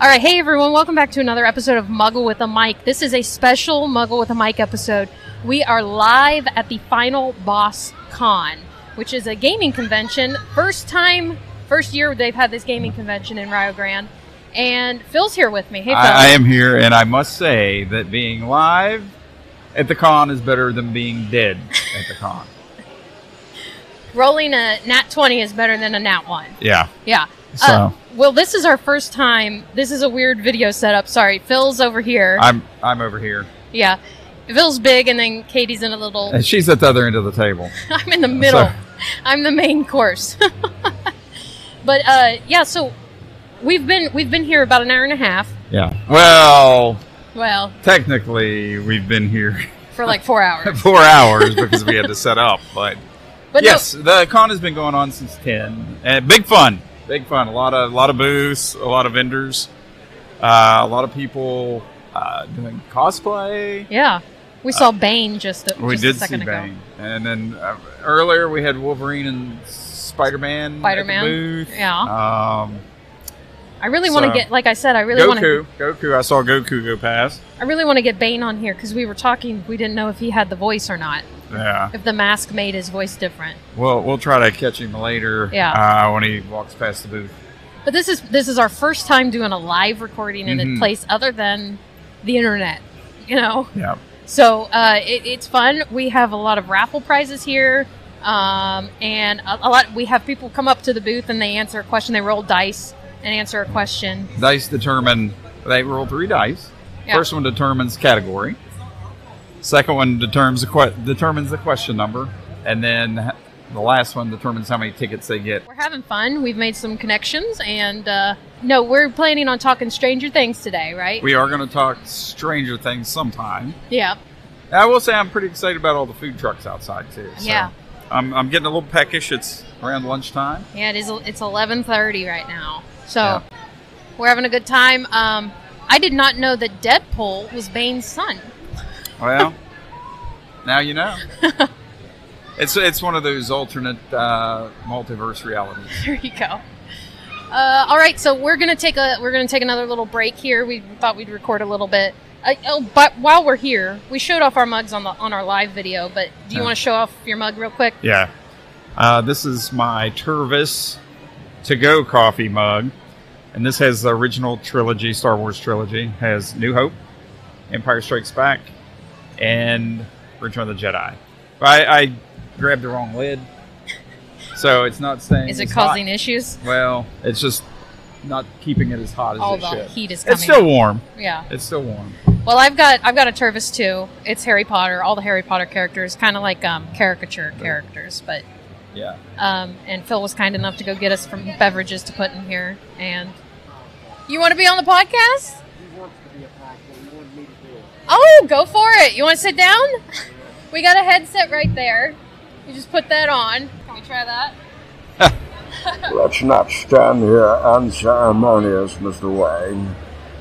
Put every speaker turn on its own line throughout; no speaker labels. All right, hey everyone, welcome back to another episode of Muggle with a Mic. This is a special Muggle with a Mic episode. We are live at the Final Boss Con, which is a gaming convention. First time, first year they've had this gaming convention in Rio Grande. And Phil's here with me. Hey, Phil.
I, I am here, and I must say that being live at the con is better than being dead at the con.
Rolling a nat 20 is better than a nat 1.
Yeah.
Yeah. Uh,
So
well, this is our first time. This is a weird video setup. Sorry. Phil's over here.
I'm I'm over here.
yeah. Phil's big, and then Katie's in a little.
And she's at the other end of the table.
I'm in the middle.
So-
I'm the main course. but uh, yeah, so we've been we've been here about an hour and a half.
Yeah. Well,
Well,
technically, we've been here
for like four hours.
four hours because we had to set up, but,
But
yes, the con has been going on since ten. And big fun, big fun. A lot of lot of booths, a lot of vendors, uh, a lot of people uh, doing cosplay.
no, yeah, we saw Bane just a,
Uh, We
just a
did see
second ago.
Bane, and then uh, earlier we had Wolverine and Spider Man.
Spider-Man,
booth.
Yeah,
Um,
I really want to
so-
get like I said, I really want to
Goku, Goku. I saw Goku go past.
I really want to get Bane on here because we were talking. We didn't know if he had the voice or not.
Yeah.
If the mask made his voice different.
Well, we'll try to catch him later.
Yeah.
Uh, when he walks past the booth.
But this is this is our first time doing a live recording in a
Mhm.
place other than the internet. You know.
Yeah.
So uh, it, it's fun. We have a lot of raffle prizes here, um, and a, a lot. We have people come up to the booth and they answer a question. They roll dice and answer a question.
Dice determine. They roll three dice.
Yeah.
First one determines category. Second one determines the que- determines the question number, and then the last one determines how many tickets they get.
We're having fun. We've made some connections, and uh, no, we're planning on talking Stranger Things today, right?
We are going to talk Stranger Things sometime.
yeah,
And I will say I'm pretty excited about all the food trucks outside too. So
Yeah.
I'm, I'm getting a little peckish. It's around lunchtime.
yeah. It is. It's eleven thirty right now, so
Yeah.
we're having a good time. Um, I did not know that Deadpool was Bane's son.
Well, now you know. It's it's one of those alternate uh, multiverse realities.
There you go. Uh, all right, so we're gonna take a we're gonna take another little break here. We thought we'd record a little bit. Uh, oh, but while we're here, we showed off our mugs on the on our live video. But do you
Yeah.
want to show off your mug real quick?
Yeah. Uh, this is my Turvis to go coffee mug. And this has the original trilogy, Star Wars trilogy. Has New Hope, Empire Strikes Back, and Return of the Jedi. I, I grabbed the wrong lid. So it's not saying.
Is it
it's
causing
hot.
issues?
Well, it's just not keeping it as hot as
All
it
the
should.
heat is coming.
It's still warm.
yeah.
It's still warm.
Well, I've got I've got a Turvis too. It's Harry Potter. All the Harry Potter characters, kind of like um, caricature characters, but
Yeah.
um, and Phil was kind enough to go get us from beverages to put in here. And you want to be on the podcast? Oh, go for it! You want to sit down? We got a headset right there. You just put that on. Can we try that?
Let's not stand here unceremonious, Mr. Wayne.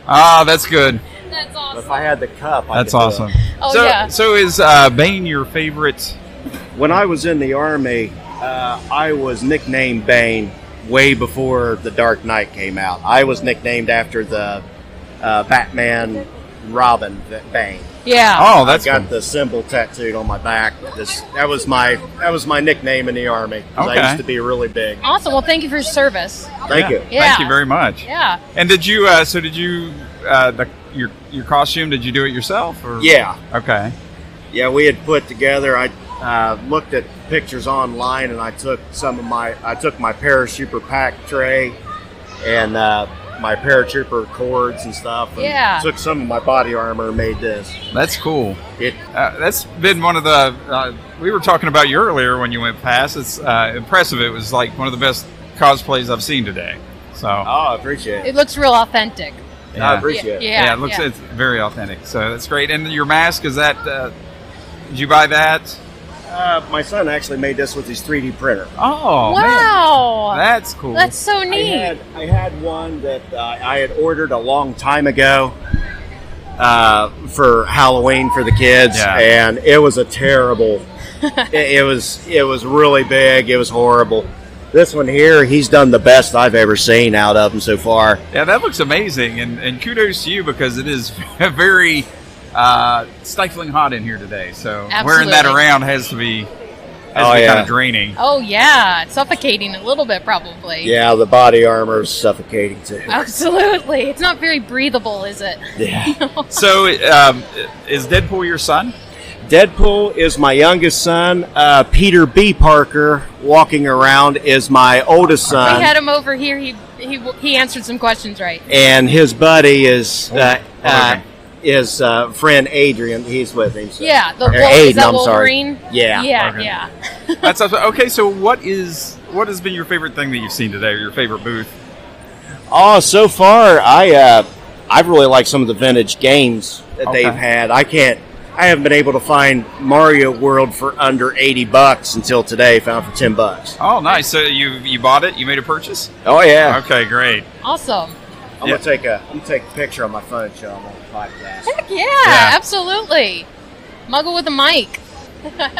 Ah, that's good.
That's
If
awesome.
I had the cup, I
That's
could do
awesome.
Oh
so,
yeah.
so is uh, Bane your favorite?
it. When I was in the army, uh, I was nicknamed Bane way before The Dark Knight came out. I was nicknamed after the uh, Batman Robin v- Bane.
Yeah.
Oh, that's
I got
cool.
the symbol tattooed on my back. This that was my that was my nickname in the army. 'cause
Okay.
I used to be really big.
Awesome. Well, thank you for your service.
Yeah.
Thank you.
Yeah.
Thank you very much.
Yeah.
And did you? Uh, so did you? Uh, the, your your costume? Did you do it yourself? Or?
Yeah,
Okay.
Yeah, we had put together. I uh, looked at pictures online, and I took some of my. I took my paratrooper pack tray and uh, my paratrooper cords and stuff. And
Yeah.
Took some of my body armor, and made this.
That's cool.
It
Uh, that's been one of the. Uh, we were talking about you earlier when you went past. It's uh, impressive. It was like one of the best cosplays I've seen today. So
oh, I appreciate
It
it.
looks real authentic.
I
yeah.
appreciate it.
Yeah.
Yeah, it looks it's very authentic. So that's great. And your mask is that? Uh, did you buy that?
Uh, my son actually made this with his 3D printer.
Oh
wow.
man, that's cool.
That's so
I
neat.
had, I had one that uh, I had ordered a long time ago uh, for Halloween for the kids,
Yeah.
and it was a terrible. it, it was it was really big. It was horrible. This one here, he's done the best I've ever seen out of him so far.
Yeah, that looks amazing, and, and kudos to you because it is very uh, stifling hot in here today. So wearing that
Absolutely.
around has to be, has
Oh,
to be kind
yeah.
of draining.
Oh yeah, it's suffocating a little bit probably.
Yeah, the body armor's suffocating too.
Absolutely. It's not very breathable, is it?
Yeah.
So um, is Deadpool your son?
Deadpool is my youngest son. Uh, Peter B. Parker walking around is my oldest son.
we had him over here. He he he answered some questions right.
and his buddy is uh,
Oh,
uh,
okay.
is uh, friend Adrian. He's with him. so-
Yeah, the
Or
Wol- is
Aiden,
that
I'm sorry.
Wolverine?
Yeah,
yeah,
okay.
yeah.
That's okay. So what is what has been your favorite thing that you've seen today? Or your favorite booth?
Oh, so far I uh, I really like some of the vintage games that
Okay.
they've had. I can't. I haven't been able to find Mario World for under eighty bucks until today. Found for ten bucks.
Oh, nice. So you you bought it? You made a purchase?
Oh yeah.
Okay, great.
Awesome.
I'm
Yeah.
gonna take a I'm gonna take a picture on my phone and show them on the podcast.
Heck yeah,
Yeah.
absolutely. Muggle with a mic.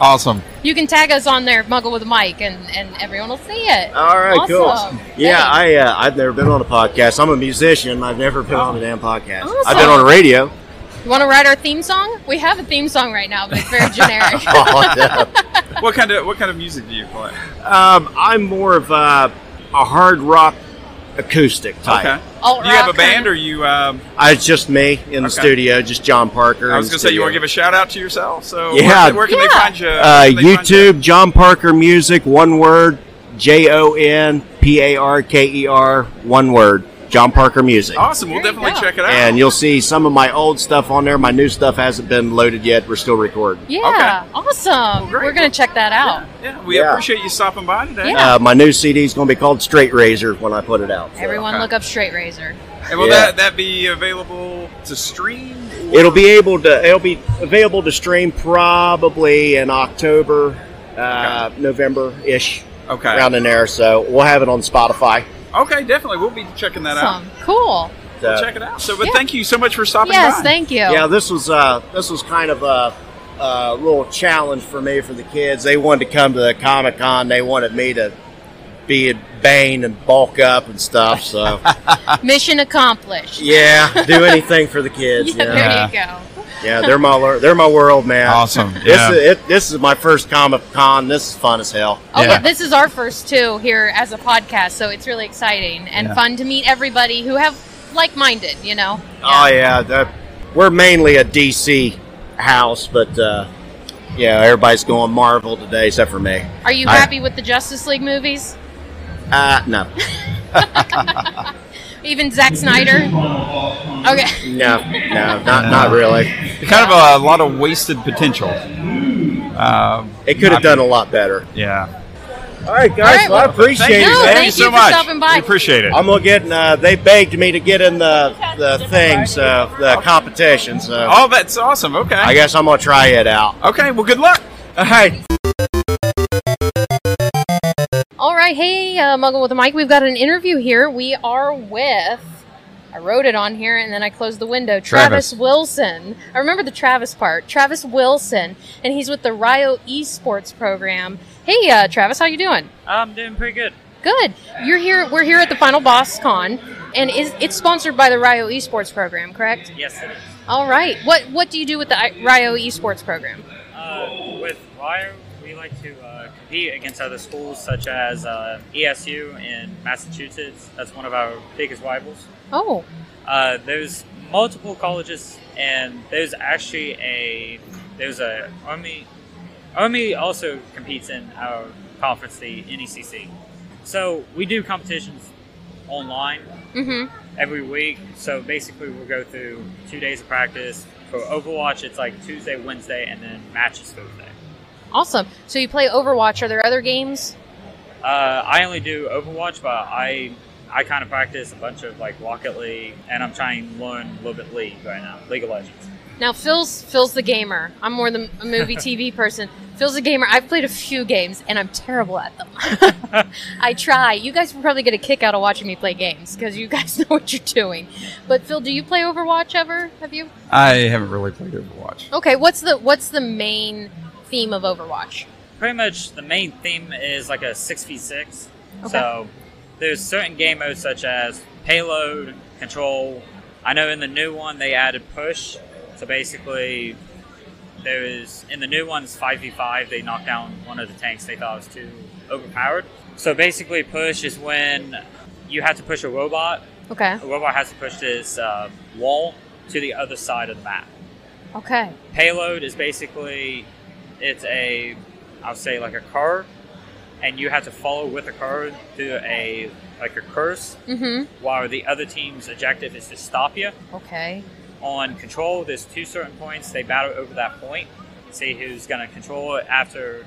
Awesome.
You can tag us on there, Muggle with a mic, and, and everyone will see it.
All right,
Awesome.
cool. Yeah,
Thanks.
I uh, I've never been on a podcast. I'm a musician. I've never been on a damn podcast. I've been
Awesome.
on a radio.
You want to write our theme song? We have a theme song right now, but it's very generic.
Oh, no.
What kind of what kind of music do you play?
Um, I'm more of a, a hard rock acoustic type.
Okay.
Alt
Do you have a
rock
band,
kinda-
or you? Um,
I, it's just me in
Okay.
the studio, just John Parker.
I was
going
going to say you want to give a shout out to yourself. So
Yeah.
where, where can they
Yeah.
find you?
uh,
Where can they find you?
YouTube, John Parker Music, one word, J O N P A R K E R, one word, John Parker Music.
Awesome. We'll
There you
definitely
go.
check it out.
And you'll see some of my old stuff on there. My new stuff hasn't been loaded yet. We're still recording.
Yeah, awesome.
great.
We're going to check that out.
yeah, we
Yeah.
appreciate you stopping by today.
Yeah.
Uh, my new CD is going to be called Straight Razor when I put it out. so.
Everyone
Okay.
look up Straight Razor.
And will
Yeah.
that that be available to stream? or-
It'll be able to. It'll be available to stream probably in October, uh, November ish,
okay.
around in there. So we'll have it on Spotify.
Okay, definitely. We'll be checking that
Awesome. Cool.
out.
So-
We'll check it out. So, but
Yeah.
thank you so much for stopping
Yes,
by.
thank you.
Uh, yeah, this was uh, this was kind of a, a little challenge for me for the kids. They wanted to come to the Comic Con. They wanted me to be a Bane and bulk up and stuff. So
Mission accomplished.
yeah, do anything for the kids.
Yeah,
Yeah,
there
yeah.
you go.
they're my lear- they're my world, man.
Awesome.
This is, it, this is my first Comic Con. This is fun as hell.
Oh,
Yeah.
yeah. this is our first two here as a podcast, so it's really exciting and
Yeah.
fun to meet everybody who have like-minded. You know.
Oh yeah, that, we're mainly a DC house, but uh, yeah, everybody's going Marvel today except for me.
Are you
I-
happy with the Justice League movies?
Uh, no,
Even Zack Snyder. Okay.
no, no, not not really.
kind of a lot of wasted potential. Um,
It could
not-
have done a lot better.
Yeah.
All right, guys,
All right, well,
I appreciate
you.
it,
No,
man.
thank you
so
for
much.
stopping by.
We appreciate it.
I'm gonna get. In, uh, they begged me to get in the the thing, so the competition. So
oh, that's awesome. Okay.
I guess I'm gonna try it out.
okay. Well, good luck. Uh,
All right.
All right. Hey, uh, Muggle with a mic. We've got an interview here. We are with. I wrote it on here and then I closed the window.
Travis.
Travis, Wilson. I remember the Travis part. Travis Wilson, and he's with the Rio Esports program. Hey, uh, Travis, how you doing?
I'm Um, doing pretty good.
Good. You're here. We're here at the Final Boss Con, and is it's sponsored by the Rio Esports program, correct?
Yes, it is.
All right. What What do you do with the I- Rio Esports program?
Uh, with Wire, we like to uh, compete against other schools such as uh, ESU in Massachusetts. That's one of our biggest rivals.
Oh,
Uh, there's multiple colleges, and there's actually a there's a Army. Army also competes in our conference, the NECC. So we do competitions online
mm-hmm.
every week. So basically, we'll go through two days of practice. For Overwatch, it's like Tuesday, Wednesday, and then matches Thursday.
Awesome. So you play Overwatch. Are there other games?
Uh, I only do Overwatch, but I I kind of practice a bunch of like Rocket League, and I'm trying to learn a little bit League right now, League of Legends.
Now Phil's Phil's the gamer. I'm more the m- movie TV person. Phil's a gamer. I've played a few games and I'm terrible at them. I try. You guys will probably get a kick out of watching me play games because you guys know what you're doing. But Phil, do you play Overwatch ever? Have you?
I haven't really played Overwatch.
Okay, what's the what's the main theme of Overwatch?
pretty much the main theme is like a six v six. So there's certain game modes such as payload, control. I know in the new one they added push. So basically, there is in the new one's five v five. They knocked down one of the tanks they thought was too overpowered. So basically, push is when you have to push a robot.
Okay.
A robot has to push this uh, wall to the other side of the map
Okay.
payload is basically it's a I'll say like a car, and you have to follow with a car through a like a curse,
Mm
while the other team's objective is to stop you.
hmm. Okay.
On control, there's two certain points. They battle over that point, see who's going to control it after.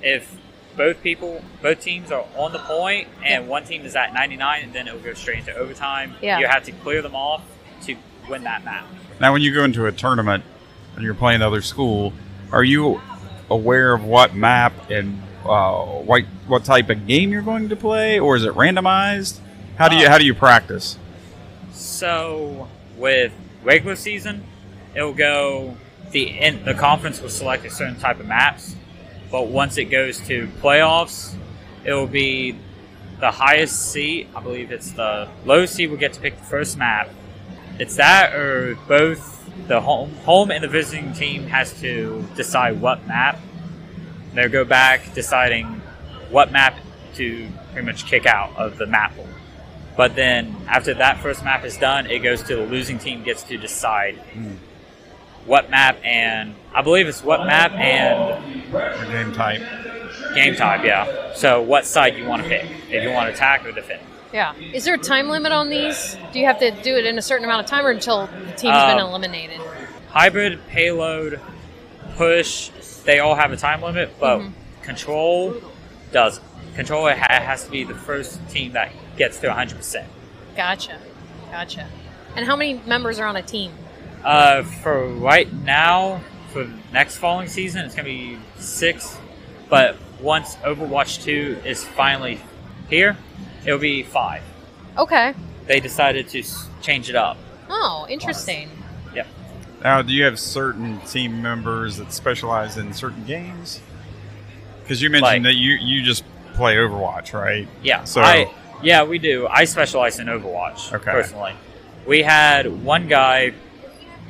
If both people, both teams are on the point, and one team is at 99, and then it will go straight into overtime.
Yeah.
You have to clear them off to win that map.
Now, when you go into a tournament and you're playing other school, are you aware of what map and uh, what what type of game you're going to play, or is it randomized? How do you how do you practice?
So with regular season, it'll go the in, the conference will select a certain type of maps, but once it goes to playoffs, it will be the highest seed. I believe it's the lowest seed will get to pick the first map. It's that or both the home home and the visiting team has to decide what map. They'll go back deciding what map to pretty much kick out of the map pool. But then after that first map is done, it goes to the losing team gets to decide what map and I believe it's what map and
Or game type.
game type. Yeah. So what side you want to pick if you want to attack or defend.
Yeah. Is there a time limit on these? Do you have to do it in a certain amount of time or until the team's been
Uh,
eliminated?
Hybrid payload push. They all have a time limit, but control does. Control ha- has to be the first team that gets to 100. percent
Gotcha. Gotcha. And how many members are on a team?
Uh, for right now, for next falling season, it's gonna be six. But once Overwatch Two is finally here, it'll be five.
Okay.
They decided to s- change it up.
Oh, interesting.
Yep.
Now, do you have certain team members that specialize in certain games? Because you mentioned that
Like-
you you just play Overwatch, right?
Yeah.
So-
I, yeah, we do. I specialize in Overwatch
Okay.
personally. We had one guy.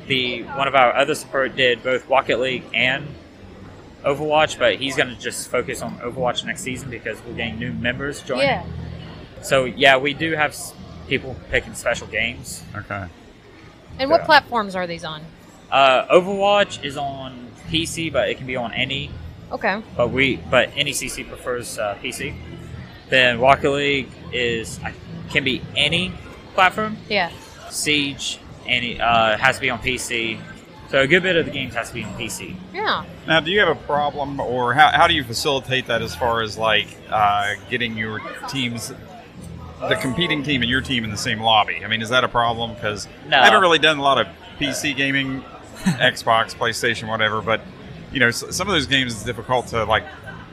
The one of our other support did both Rocket League and Overwatch, but he's going to just focus on Overwatch next season because we're getting new members joining.
Yeah.
So yeah, we do have s- people picking special games.
Okay.
And what
Yeah.
platforms are these on?
Uh, Overwatch is on PC, but it can be on any.
Okay.
But we, but NECC prefers uh, PC. Then Rocket League is I- can be any platform.
Yeah.
Siege any uh, has to be on PC. So a good bit of the games has to be on PC.
Yeah.
Now, do you have a problem, or how, how do you facilitate that as far as like uh, getting your teams, the competing team and your team in the same lobby? I mean, is that a problem? Because
No.
I haven't really done a lot of PC gaming, Xbox, PlayStation, whatever. But you know, s- some of those games is difficult to like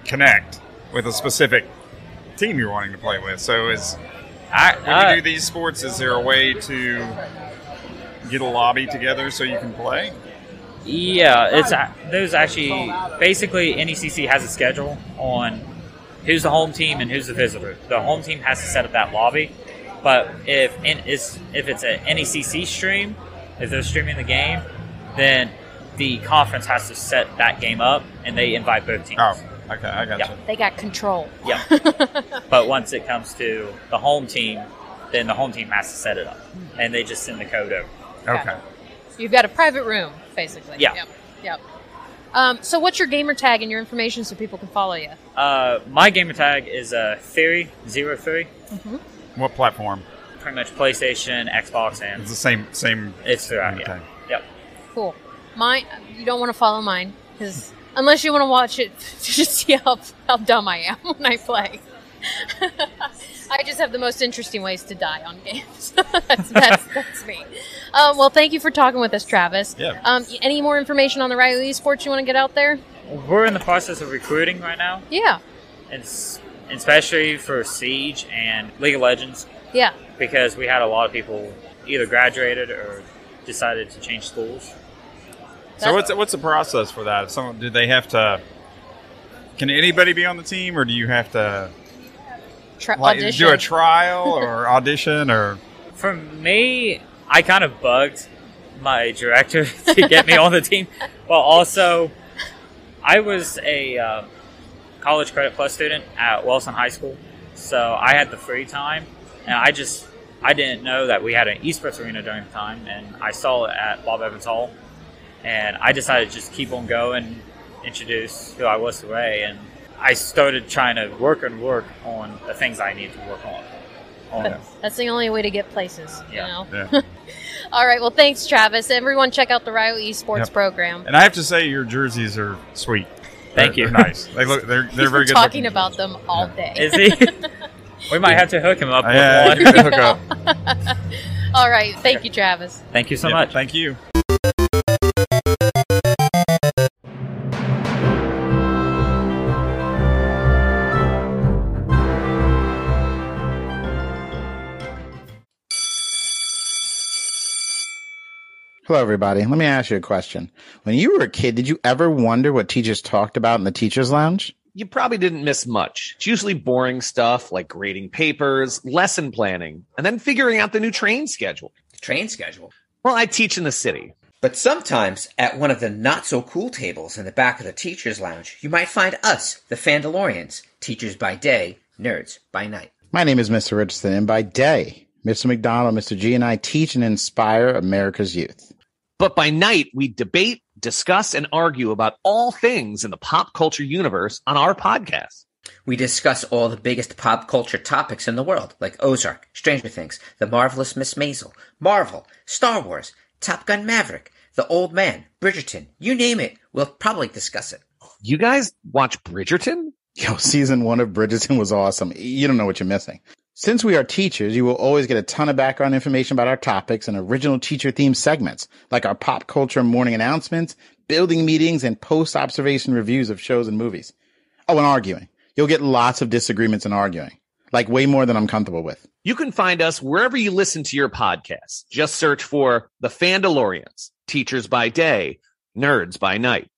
connect with a specific team you're wanting to play with. So is
I,
when
uh,
you do these sports, is there a way to get a lobby together so you can play?
Yeah, it's a- there's actually basically NECC has a schedule on who's the home team and who's the visitor. The home team has to set up that lobby, but if in, it's, if it's a NECC stream, if they're streaming the game, then the conference has to set that game up and they invite both teams.
Oh, okay, I got
Yeah.
you.
They got control.
Yeah. but once it comes to the home team, then the home team has to set it up, and they just send the code over.
Okay.
You've got a private room, basically.
Yeah.
Yep. Yep. Um, so, what's your gamer tag and your information so people can follow you?
Uh, my gamer tag is uh, theory 03
Mm-hmm.
What platform?
pretty much PlayStation, Xbox,
It's
and
the same same.
it's throughout.
Okay.
Yeah. Yep.
Cool. Mine, you don't want to follow mine because unless you want to watch it to just see how, how dumb I am when I play. I just have the most interesting ways to die on games. that's, that's, that's me. Um, well, thank you for talking with us, Travis.
Yeah.
Um, y- any more information on the Riley Esports you want to get out there?
We're in the process of recruiting right now,
Yeah.
and s- especially for Siege and League of Legends
Yeah.
because we had a lot of people either graduated or decided to change schools.
So what's what's the process for that? If someone did they have to Can anybody be on the team, or do you have to
Tri-
like,
audition.
do a trial or audition or?
For me, I kind of bugged my director to get me on the team, but also I was a uh, college credit plus student at Wilson High School, so I had the free time, and I just I didn't know that we had an esports arena during the time, and I saw it at Bob Evans Hall, and I decided to just keep on going, introduce who I was to Ray, and I started trying to work and work on the things I needed to work on. on
That's the only way to get places.
Yeah.
You know?
Oh, Yeah.
All right. Well, thanks, Travis. Everyone, check out the Rio Esports
Yep.
program.
And I have to say, your jerseys are sweet.
Thank
They're-
you.
They're nice. They look. They're they're
He's
very
been
good.
talking
looking.
about them all day.
Is he? we might have to hook him up
Oh,
with
yeah,
one.
you gotta hook up.
all right. Thank you, Travis.
Thank you so
Yeah,
much.
Thank you.
Hello, everybody. Let me ask you a question. When you were a kid, did you ever wonder what teachers talked about in the teacher's lounge?
you probably didn't miss much. It's usually boring stuff like grading papers, lesson planning, and then figuring out the new train schedule.
train schedule.
Well, I teach in the city.
But sometimes, at one of the not so cool tables in the back of the teacher's lounge, you might find us, the Fandalorians, teachers by day, nerds by night.
My name is Mr. Richardson, and by day, Mr. McDonald, Mr. G, and I teach and inspire America's youth.
But by night, we debate, discuss, and argue about all things in the pop culture universe on our podcast.
We discuss all the biggest pop culture topics in the world, like Ozark, Stranger Things, The Marvelous Miss Maisel, Marvel, Star Wars, Top Gun Maverick, The Old Man, Bridgerton, you name it, we'll probably discuss it.
You guys watch Bridgerton?
Yo, season one of Bridgerton was awesome. You don't know what you're missing. Since we are teachers, you will always get a ton of background information about our topics and original teacher themed segments, like our pop culture morning announcements, building meetings, and post observation reviews of shows and movies. Oh, and arguing. You'll get lots of disagreements and arguing, like way more than I'm comfortable with.
You can find us wherever you listen to your podcasts. Just search for The Fandalorians, Teachers by Day, Nerds by Night.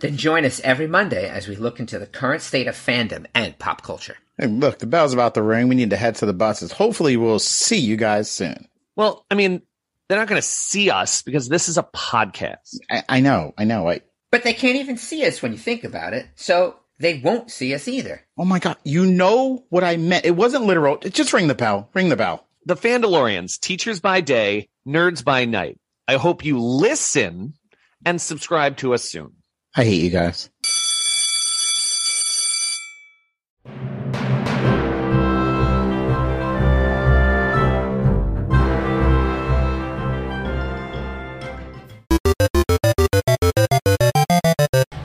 Then join us every Monday as we look into the current state of fandom and pop culture.
Hey, look, the bell's about to ring. We need to head to the buses. Hopefully, we'll see you guys soon.
Well, I mean, they're not going to see us because this is a podcast.
I, I know, I know. I,
But they can't even see us when you think about it, so they won't see us either.
oh my God, you know what I meant. It wasn't literal. Just ring the bell. Ring the bell.
The Fandalorians, teachers by day, nerds by night. I hope you listen and subscribe to us soon.
I hate you guys.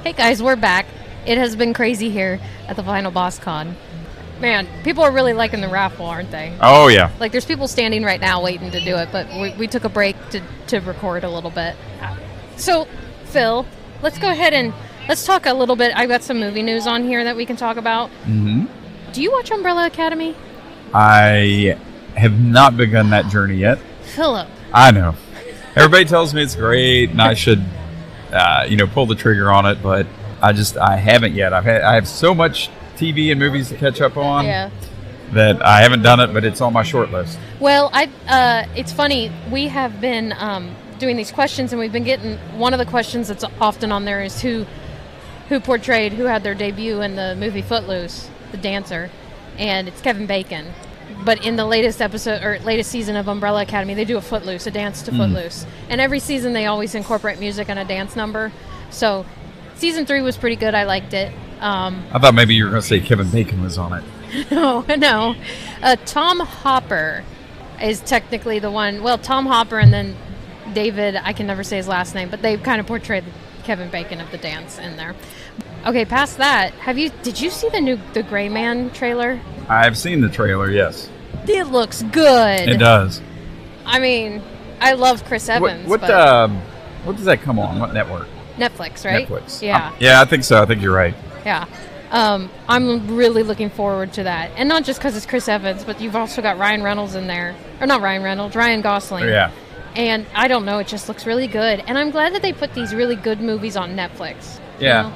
Hey guys, we're back. It has been crazy here at the Final Boss Con. Man, people are really liking the raffle, aren't they?
Oh yeah.
Like, there's people standing right now waiting to do it, but we, we took a break to, to record a little bit. So, Phil, let's go ahead and let's talk a little bit. I've got some movie news on here that we can talk about.
hmm
Do you watch Umbrella Academy?
I have not begun that journey yet.
Philip,
I know. Everybody tells me it's great, and I should, uh, you know, pull the trigger on it. But I just I haven't yet. I've had I have so much TV and movies to catch up on
yeah.
that I haven't done it. But it's on my short list.
Well, I uh, it's funny. We have been um, doing these questions, and we've been getting one of the questions that's often on there is who who portrayed who had their debut in the movie Footloose, the dancer, and it's Kevin Bacon. But in the latest episode or latest season of Umbrella Academy, they do a Footloose, a dance to Footloose, and every season they always incorporate music and a dance number. So season three was pretty good. I liked it. Um,
I thought maybe you were going to say Kevin Bacon was on it.
no, no. Uh, Tom Hopper is technically the one. Well, Tom Hopper and then David, I can never say his last name, but they kind of portrayed Kevin Bacon of the dance in there. Okay, past that, have you did you see the new the Gray Man trailer?
I've seen the trailer. Yes,
It looks good.
it does.
I mean, I love Chris Evans.
what what,
but
um, what does that come on? What network?
Netflix, right?
Netflix. Um,
Yeah.
I- yeah, I think so. I think you're right.
Yeah. Um, I'm really looking forward to that. And not just because it's Chris Evans, but you've also got Ryan Reynolds in there. Or not Ryan Reynolds, Ryan Gosling.
Yeah.
And I don't know, it just looks really good. And I'm glad that they put these really good movies on Netflix. you
Yeah.
know?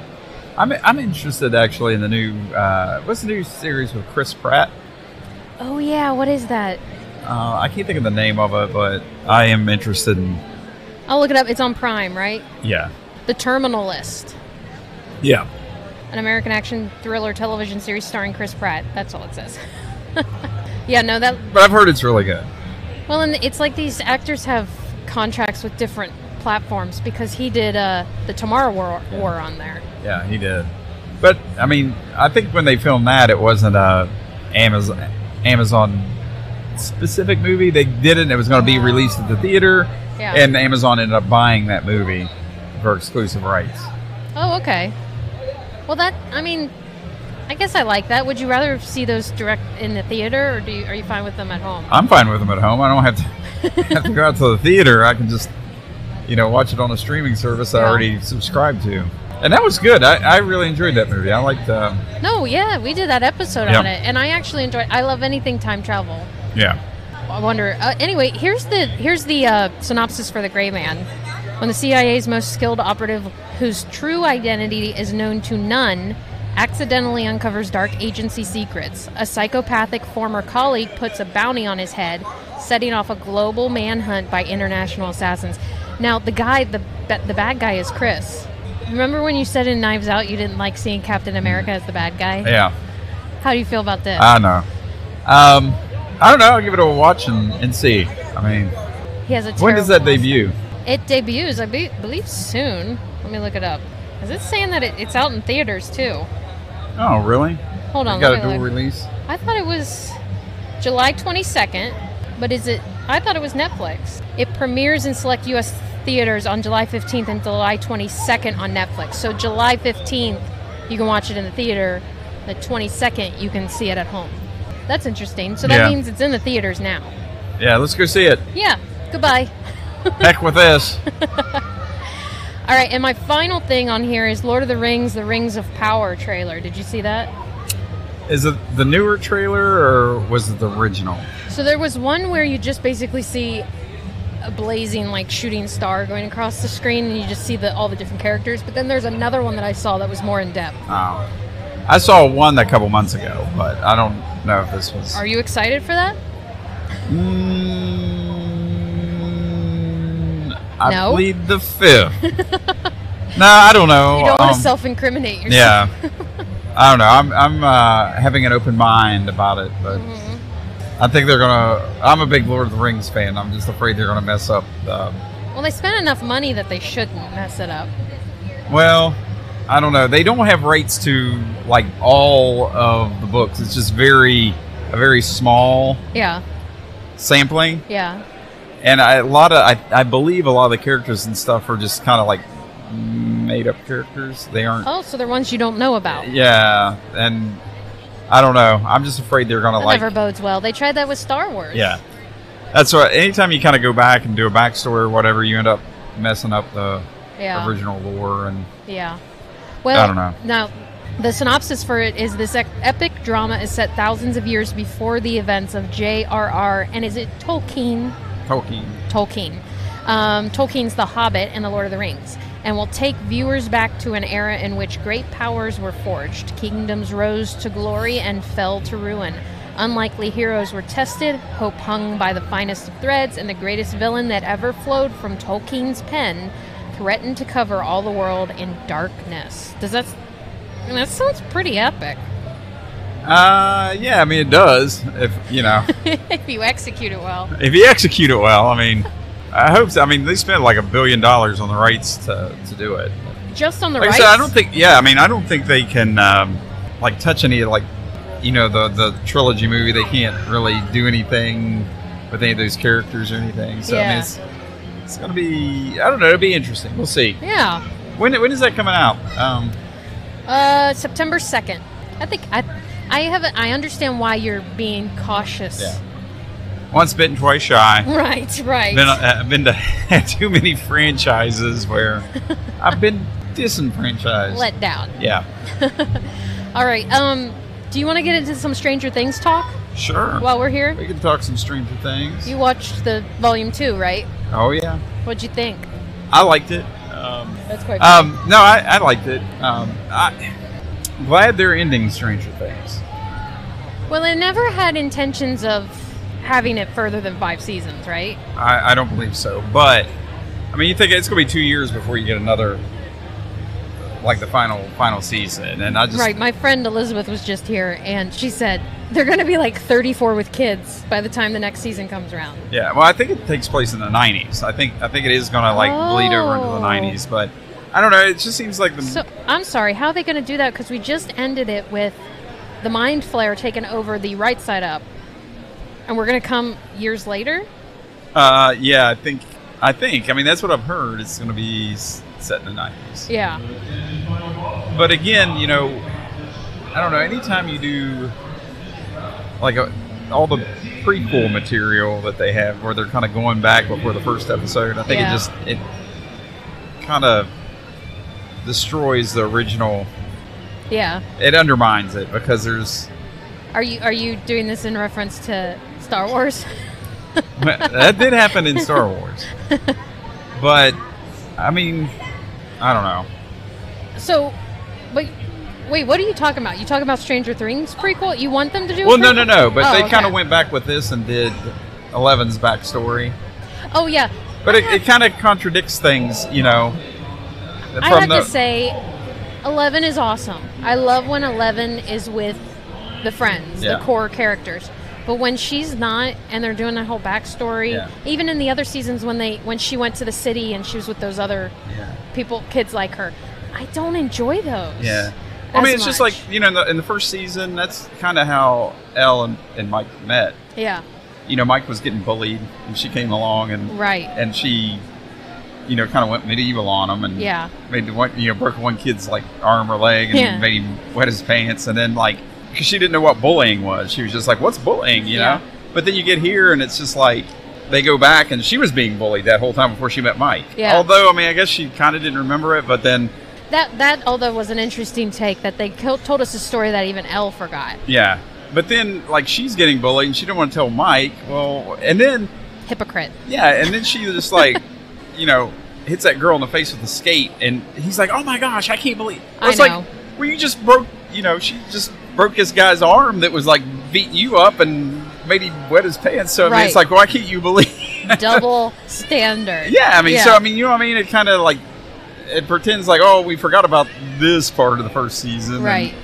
I'm I'm interested actually in the new uh, what's the new series with Chris Pratt?
Oh yeah, what is that?
Uh, I can't think of the name of it, but I am interested in
I'll look it up. It's on Prime, right?
yeah
The Terminal List,
yeah
an American action thriller television series starring Chris Pratt. That's all it says. yeah, no, that
But I've heard it's really good.
Well, and it's like these actors have contracts with different platforms because he did uh, the Tomorrow War, War on there.
Yeah, he did. But I mean, I think when they filmed that, it wasn't a Amazon Amazon specific movie. They did it. and It was going to be released at the theater,
Yeah.
and Amazon ended up buying that movie for exclusive rights.
Oh, okay. Well, that I mean, I guess I like that. Would you rather see those direct in the theater, or do you, are you fine with them at home?
I'm fine with them at home. I don't have to have to go out to the theater. I can just you know watch it on a streaming service I
Yeah.
already subscribe to. And that was good. I, I really enjoyed that movie. I liked. Uh,
No, yeah, we did that episode
Yeah.
on it, and I actually enjoy. I love anything time travel.
yeah.
I wonder. Uh, anyway, here's the here's the uh, synopsis for the Gray Man. When the CIA's most skilled operative, whose true identity is known to none, accidentally uncovers dark agency secrets, a psychopathic former colleague puts a bounty on his head, setting off a global manhunt by international assassins. Now, the guy, the ba- the bad guy, is Chris. Remember when you said in Knives Out you didn't like seeing Captain America as the bad guy?
Yeah.
How do you feel about this?
I don't know. Um, I don't know. I'll give it a watch and, and see. I mean,
he has a
when does that
terrible-
debut?
It debuts, I be- believe, soon. Let me look it up. Is it saying that it, it's out in theaters too?
Oh, really?
Hold on.
They got
let
a
me
dual
look.
release.
I thought it was July 22nd, but is it? I thought it was Netflix. It premieres in select U.S. theaters on July 15th and July 22nd on Netflix. So July 15th, you can watch it in the theater. The 22nd, you can see it at home. That's interesting. So that
Yeah.
means it's in the theaters now.
Yeah, let's go see it.
Yeah. Goodbye.
Heck with this.
All right, and my final thing on here is Lord of the Rings: The Rings of Power trailer. Did you see that?
Is it the newer trailer or was it the original?
So there was one where you just basically see a blazing like shooting star going across the screen, and you just see the all the different characters. But then there's another one that I saw that was more in depth.
Oh. I saw one a couple months ago, but I don't know if this was.
Are you excited for that?
Mm, I
No?
plead the fifth. no, I don't know.
You don't want
Um,
to self-incriminate
Yeah.
yourself.
I don't know. I'm, I'm uh, having an open mind about it, but
Mm-hmm.
I think they're gonna. I'm a big Lord of the Rings fan. I'm just afraid they're gonna mess up. The,
Well, they spent enough money that they shouldn't mess it up.
well, I don't know. They don't have rights to like all of the books. It's just very a very small
Yeah,
sampling,
yeah.
and I, a lot of I, I believe a lot of the characters and stuff are just kind of like made up characters. They aren't.
Oh, so they're ones you don't know about.
Yeah, and I don't know. I'm just afraid they're gonna
That
like
never bodes well. They tried that with Star Wars.
Yeah. That's right. Anytime you kind of go back and do a backstory or whatever, you end up messing up the
Yeah.
original lore. And
Yeah. Well,
I don't know.
Now, the synopsis for it is this ec- epic drama is set thousands of years before the events of J.R.R. and is it Tolkien?
Tolkien.
Tolkien. Um, Tolkien's The Hobbit and The Lord of the Rings, and will take viewers back to an era in which great powers were forged, kingdoms rose to glory and fell to ruin. Unlikely heroes were tested, hope hung by the finest of threads, and the greatest villain that ever flowed from Tolkien's pen threatened to cover all the world in darkness. Does that. That sounds pretty epic
Uh, yeah, I mean, it does. If, you know,
if you execute it well.
if you execute it well, I mean, I hope so. I mean, they spent like a billion dollars on the rights to, to do it.
Just on the
Like
right.
I said, I don't think, yeah, I mean, I don't think they can, um, like, touch any, like, you know, the, the trilogy movie. They can't really do anything with any of those characters or anything. So, I
Yeah.
mean, it's, it's going to be, I don't know, it'll be interesting. We'll see.
Yeah.
When, when is that coming out? Um,
Uh, September second. I think I, I have. A, I understand why you're being cautious.
Yeah. once bitten, twice shy.
Right. Right.
Been, uh, I've been to too many franchises where I've been disenfranchised.
Let down.
yeah,
All right. Um, do you want to get into some Stranger Things talk
sure.
while we're here?
we can talk some Stranger Things.
You watched the volume two, right?
oh yeah,
What'd you think?
I liked it. Uh, Um,
That's quite.
um, no, I, I liked it. Um, I, I'm glad they're ending Stranger Things.
well, it never had intentions of having it further than five seasons, right?
I, I don't believe so, but I mean, you think it's going to be two years before you get another, like the final final season, and I just
right. My friend Elizabeth was just here, and she said they're going to be like 34 with kids by the time the next season comes around.
Yeah, well, I think it takes place in the '90s. I think I think it is gonna like bleed over into
Oh.
the '90s, but I don't know. It just seems like the
So I'm sorry, how are they going to do that? Because we just ended it with the mind flare taking over the right side up, and we're going to come years later.
uh, yeah. I think I think I mean that's what I've heard. It's gonna be s- set in the '90s.
Yeah.
But again, you know, I don't know. Anytime you do like a, all the prequel material that they have, where they're kind of going back before the first episode, I think
Yeah.
it just it kind of destroys the original.
Yeah.
It undermines it because there's
Are you are you doing this in reference to Star Wars?
that did happen in Star Wars. But I mean, I don't know.
So, wait, wait, what are you talking about? You talking about Stranger Things prequel? You want them to do? a
Well, no,
prequel?
no, no. But
Oh,
they
okay.
kind of went back with this and did Eleven's backstory.
Oh yeah,
But it, it kind of contradicts things, you know.
I have to say, Eleven is awesome. I love when Eleven is with the friends,
Yeah.
the core characters. But when she's not, and they're doing that whole backstory,
Yeah.
even in the other seasons when they when she went to the city and she was with those other
yeah.
people, kids like her, I don't enjoy those.
Yeah. I mean,
as
it's just
much.
like you know, in the, in the first season, that's kind of how Elle and, and Mike met.
yeah,
You know, Mike was getting bullied, and she came along, and
right,
and she, you know, kind of went medieval on him, and
yeah,
made the one you know broke one kid's like arm or leg and
Yeah.
made him wet his pants and then like because she didn't know what bullying was she was just like what's bullying you
Yeah.
know but then you get here and it's just like they go back and she was being bullied that whole time before she met mike
Yeah.
although i mean i guess she kind of didn't remember it but then
that that although was an interesting take that they co- told us a story that even Elle forgot.
yeah but then like she's getting bullied and she didn't want to tell mike well and then
Hypocrite.
yeah and then she just like you know hits that girl in the face with a skate and he's like oh my gosh i can't believe
I
it's
know.
like Well, you just broke, you know, she just broke this guy's arm that was like beating you up and made him wet his pants. So I mean, it's
Right.
like, why can't you believe?
double standard.
yeah, I mean, so
Yeah.
I mean, you know what I mean? It kind of like it pretends like, oh, we forgot about this part of the first season, and
Right.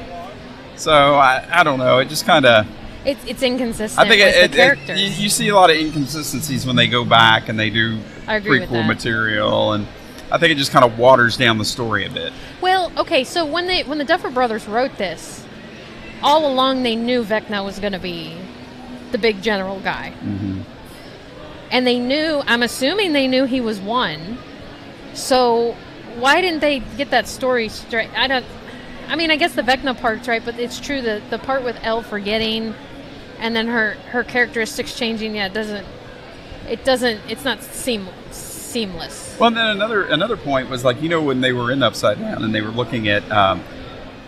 so I, I don't know. It just kind of,
It's it's inconsistent
I think
with
it, it,
the
it-
characters.
you, you see a lot of inconsistencies when they go back and they do
I agree with
prequel
that.
material, and I think it just kind of waters down the story a bit.
well, okay, so when they when the Duffer Brothers wrote this, all along they knew Vecna was going to be the big general guy,
Mm-hmm.
and they knew. I'm assuming they knew he was one. So why didn't they get that story straight? I don't. I mean, I guess the Vecna part's right, but it's true that the part with Elle forgetting, and then her her characteristics changing. Yeah, it doesn't. It doesn't. It's not seam, seamless.
Well, and then another another point was like you know when they were in Upside Down and they were looking at um,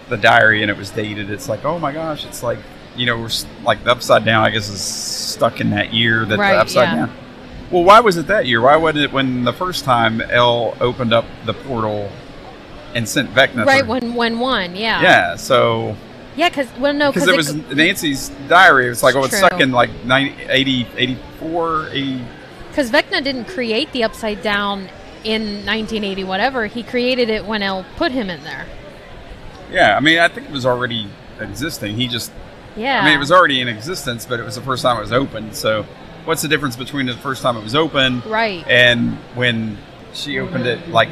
the diary and it was dated. It's like oh my gosh, it's like you know we're s- like the Upside Down. I guess is stuck in that year that
Right,
the Upside
yeah.
Down. Well, why was it that year? Why wasn't it when the first time L opened up the portal and sent Vecna?
right
through?
when when one. Yeah.
Yeah, so
Yeah, because well, no,
because
because
it was Nancy's diary. It was like oh, it's
True.
stuck in like 90, 80, 84, 80.
because Vecna didn't create the upside down in 1980 whatever. He created it when El put him in there.
Yeah, I mean I think it was already existing. He just
Yeah,
I mean, it was already in existence, but it was the first time it was open. So, what's the difference between the first time it was open
right.
and when she opened it, like,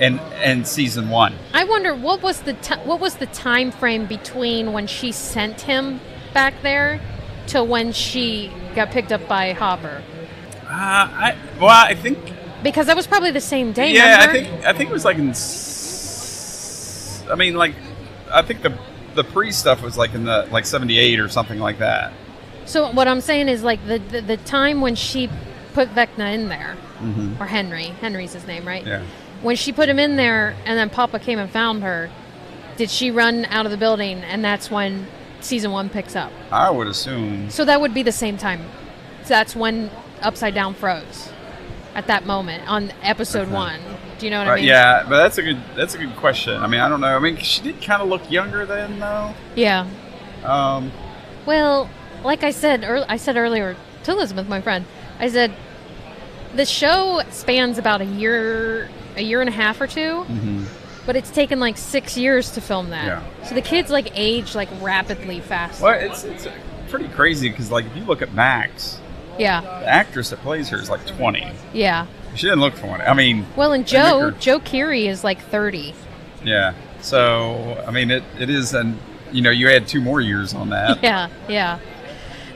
and and season one?
I wonder what was the ti what was the time frame between when she sent him back there to when she got picked up by Hopper.
Uh, I well, I think
Because that was probably the same day.
yeah, I
remember?
think I think it was like in. s- I mean, like, I think the the pre stuff was like in the like seventy eight or something like that.
so. What I'm saying is like the, the the time when she put Vecna in there,
Mm-hmm.
or Henry. Henry's his name, right?
Yeah.
when she put him in there and then papa came and found her did she run out of the building and that's when season one picks up
I would assume.
so that would be the same time so that's when upside down froze at that moment on episode
Okay.
one Do you know what I
Right,
mean?
yeah, but that's a good that's a good question. I mean, I don't know. I mean, she did kind of look younger then, though.
Yeah.
Um,
Well, like I said, ear I said earlier to Elizabeth, my friend, I said the show spans about a year, a year and a half or two,
Mm-hmm.
but it's taken like six years to film that.
Yeah.
So the kids like age like rapidly fast.
well, it's it's pretty crazy because like if you look at Max,
Yeah,
the actress that plays her is like twenty.
yeah.
She didn't look twenty. I mean,
Well, and
They make
Joe,
her-
Joe Keery is like thirty.
yeah. So I mean, it it is, and you know, you add two more years on that.
Yeah, yeah.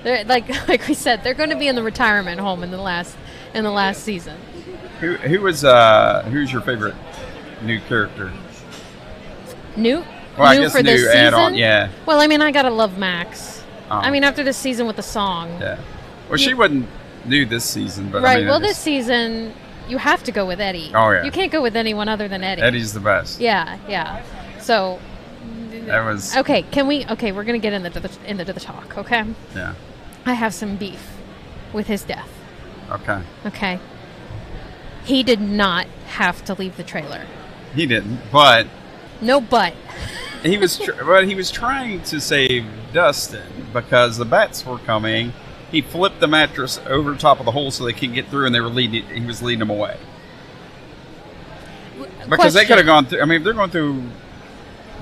They're, like like we said, they're going to be in the retirement home in the last in the last season.
Who who was uh who's your favorite new character?
New,
Well, I
new
guess
for
new
this
add-on.
season?
Yeah,
Well, I mean, I gotta love Max.
Oh.
I mean, after this season with the song,
yeah. Well, she wasn't new this season, but I
right?
mean,
well,
it is-
this season you have to go with Eddie.
Oh, yeah.
you can't go with anyone other than Eddie.
Eddie's the best.
Yeah, yeah. So,
That was
okay, can we? Okay, we're gonna get into the into the talk. Okay,
yeah.
I have some beef with his death.
Okay.
Okay, he did not have to leave the trailer.
He didn't, but
No, but
he was tr- well, he was trying to save Dustin because the bats were coming. He flipped the mattress over top of the hole so they could get through, and they were leading. He was leading them away because they could have gone through. I mean, if they're going through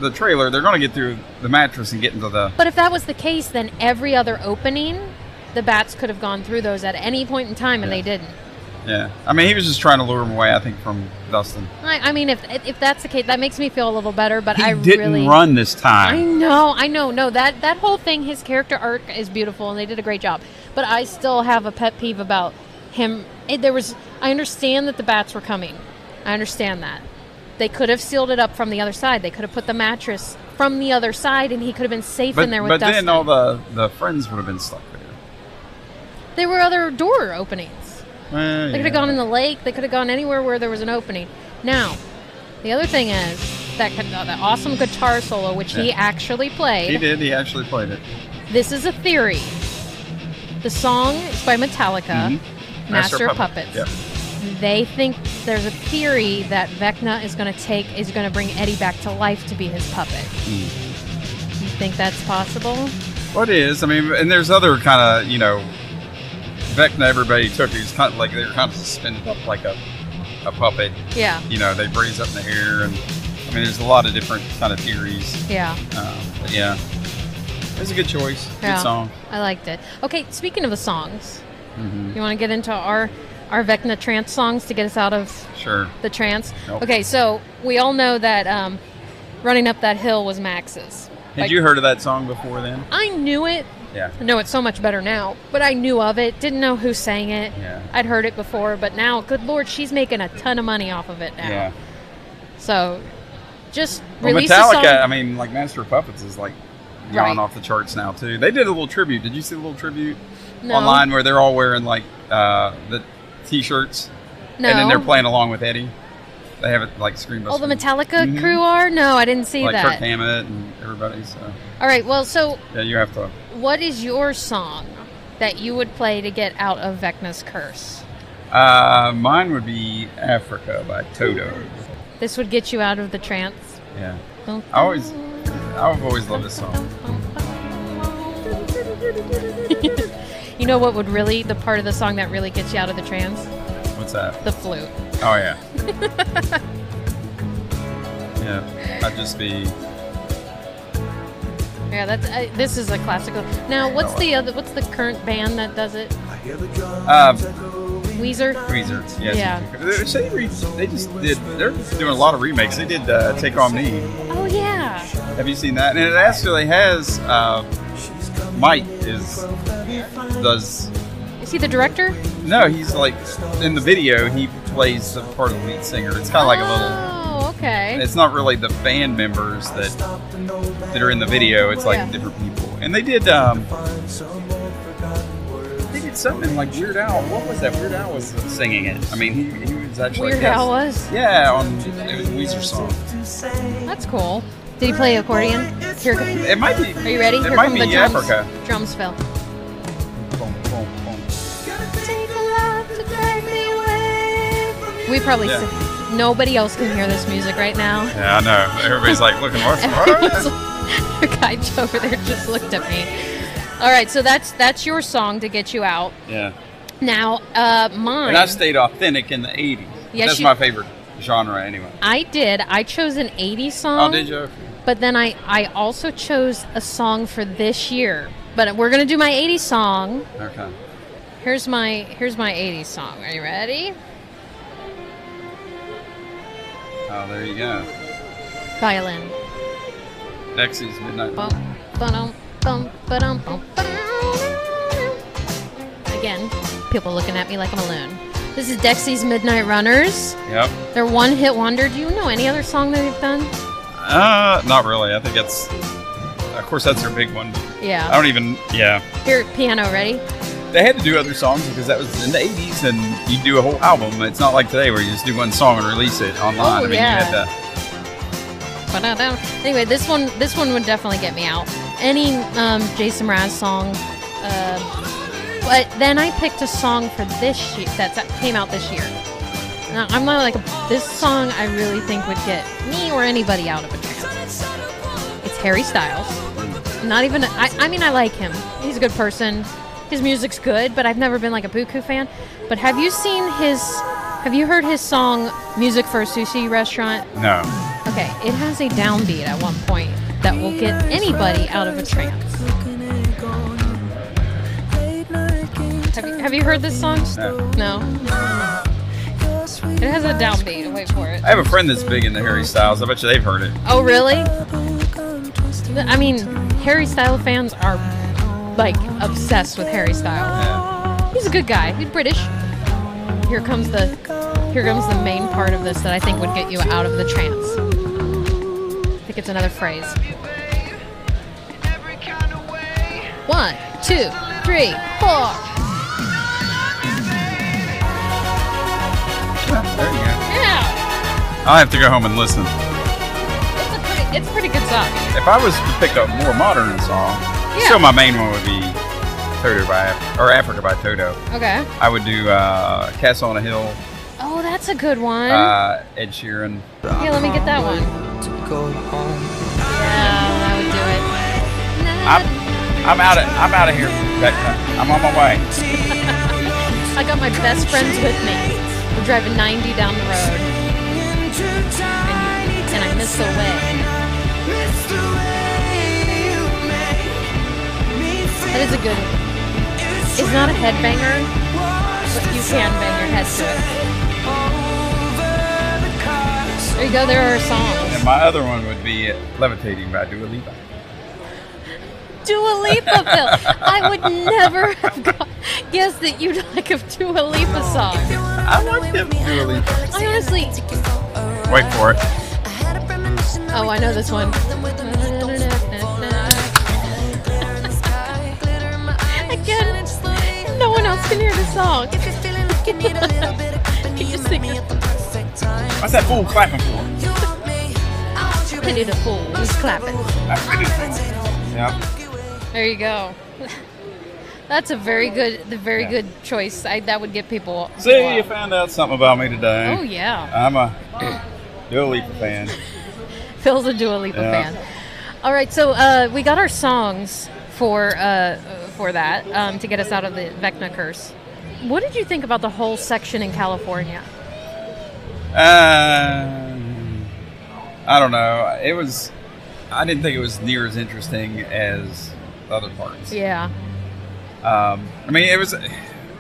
the trailer, they're going to get through the mattress and get into the.
But if that was the case, then every other opening, the bats could have gone through those at any point in time, and they didn't.
Yeah, I mean, he was just trying to lure them away. I think from Dustin.
I, I mean, if if that's the case, that makes me feel a little better. But
He
I
didn't
really
run this
I
time.
know, I know, no. That that whole thing, his character arc is beautiful, and they did a great job. But I still have a pet peeve about him. It, there was, I understand that the bats were coming. I understand that they could have sealed it up from the other side. They could have put the mattress from the other side, and he could have been safe
but
in there with
but
Dustin.
then all the the friends would have been stuck there.
there were other door openings.
Eh,
They could have
yeah.
gone in the lake. They could have gone anywhere where there was an opening. Now, the other thing is that gu- that awesome guitar solo, which he
Yeah.
actually
He
played.
did. He actually played it.
This is a theory. The song is by Metallica,
Mhm.
Master, of
Puppet.
Puppets. They think there's a theory that Vecna is going to take is going to bring Eddie back to life to be his puppet.
Hmm.
You think that's possible?
Well, it is. I mean, and there's other kind of you know, Vecna. Everybody took. He's kind of like they were kind of suspended up like a a puppet.
Yeah,
You know, they raise up in the air, and I mean, there's a lot of different kind of theories.
yeah.
Um, but yeah, it was a good choice.
Yeah.
Good song.
I liked it. Okay, speaking of the songs,
Mm-hmm.
you want to get into our our Vecna trance songs to get us out of
Sure.
the trance?
Nope.
Okay, so we all know that um, running up that hill was Max's.
Had
Like,
you heard of that song before then?
I knew it.
Yeah.
I know it so much better now, but I knew of it. Didn't know who sang it.
Yeah.
I'd heard it before, but now, good lord, she's making a ton of money off of it now.
Yeah.
So, just
Well,
release a song.
Metallica. I mean, like Master of Puppets is like
Right.
gone off the charts now too. They did a little tribute. Did you see the little tribute
No.
online where they're all wearing like uh, the t-shirts
no.
and then they're playing along with Eddie? They have it like screen. by
All the
screen.
Metallica
Mhm.
crew are? No, I didn't see
like
that.
Kirk Hammett and everybody. So
All right, well, so
yeah, you have to.
What is your song that you would play to get out of Vecna's curse?
Uh, mine would be Africa by Toto.
This would get you out of the trance.
Yeah, I always, I've always loved this song.
You know what would really the part of the song that really gets you out of the trance?
What's that?
The flute.
Oh yeah. yeah, I'd just be.
Yeah, that's uh, this is a classical. Now, what's the other? What's the current band that does it?
Uh,
Weezer.
Freezer. Yes.
Yeah.
They're- so They, re- they just did. They're doing a lot of remakes. They did uh, "Take on Me."
Oh yeah.
Have you seen that? And it actually has uh, Mike is does.
Is he the director?
No, he's like in the video. He plays the part of the lead singer. It's kind of like a little.
Oh, okay.
It's not really the band members that that are in the video. It's like
Yeah.
different people. And they did. Um, they did something like Weird Al. What was that? Weird Al was singing it. I mean, he, he was actually
Weird Al was.
Yeah, on it was a Weezer song.
That's cool. Did he play accordion? Here, it goes.
It might be.
are you ready?
It
Here
might
come
be
the drums.
Africa.
Drums fill.
Boom, boom, boom.
We probably
Yeah.
sing. Nobody else can hear this music right now.
Yeah, I know. Everybody's like looking. What?
Everyone's- Kaicho over there just looked at me. All right, so that's that's your song to get you out.
Yeah.
Now, uh, mine.
And I stayed authentic in the 80s.
Yes,
That's
you-
my favorite genre anyway.
I did. I chose an 80s
Oh,
song.
did you?
But then I, I also chose a song for this year. But we're going to do my 80s song.
Okay.
Here's my here's my 80s song. Are you ready?
Oh, there you go.
Violin.
Dexy's Midnight.
Bum, ba-dum, bum, ba-dum, bum, ba-dum. Again, people looking at me like I'm alone. This is Dexy's Midnight Runners.
Yep.
They're one hit wonder. Do you know any other song that they've done?
Uh, not really. I think that's. Of course, that's their big one. I
Yeah.
don't even. Yeah.
Here, piano, ready?
They had to do other songs because that was in the 80s and you do a whole album. It's not like today where you just do one song and release it online.
Oh,
I mean,
yeah.
you had to.
Ba-da-dum. Anyway, this one this one would definitely get me out. Any um, Jason Mraz song. Uh, but then I picked a song for this year that, that came out this year. Now, I'm not like this song. I really think would get me or anybody out of a trance. It's Harry Styles. Not even. I, I mean, I like him. He's a good person. His music's good, but I've never been like a Buku fan. But have you seen his? Have you heard his song "Music for a Sushi Restaurant"?
No.
Okay, it has a downbeat at one point that will get anybody out of a trance. Have you, have you heard this song?
No.
No. It has a downbeat. Wait for it.
I have a friend that's big into Harry Styles. I bet you they've heard it.
Oh, really? I mean, Harry Styles fans are like obsessed with Harry Styles.
Yeah.
He's a good guy. He's British. Here comes the here comes the main part of this that I think would get you out of the trance. I think it's another phrase. One, two, three, four.
There you go.
Yeah,
I'll have to go home and listen.
it's a pretty, it's a pretty good song.
If I was to pick a more modern song,
Yeah.
still my main one would be Toto by Af- or Africa by Toto.
Okay.
I would do uh, Castle on a Hill,
Oh, that's a good one.
uh, Ed Sheeran.
Here, let me get that one. Yeah, I would do it.
I'm, I'm out of I'm out of here. Becca. I'm on my way.
I got my best friends with me. We're driving 90 down the road. And, you, and I miss the way. That is a good one. It's not a headbanger, but you can bang your head to it. There you go, there are songs.
And my other one would be Levitating by Dua Lipa.
Dua Lipa, Bill. I would never have got, guessed that you'd like a Dua Lipa song.
I like them Dua Lipa.
I honestly,
Wait for it.
oh, I know this one. Again, no one else can hear the song. you just think
What's that fool clapping for?
pity the fool. He's clapping.
Yeah.
There you go. That's a very good, the very good choice. I, that would get people.
See, you found out something about me today.
Oh yeah.
I'm a Dua Lipa fan.
Phil's a Dua Lipa
Yeah.
fan. All right, so uh, we got our songs for uh, uh, for that um, to get us out of the Vecna curse. What did you think about the whole section in California?
Um, I don't know. It was. I didn't think it was near as interesting as other parts.
Yeah,
Um, I mean, it was.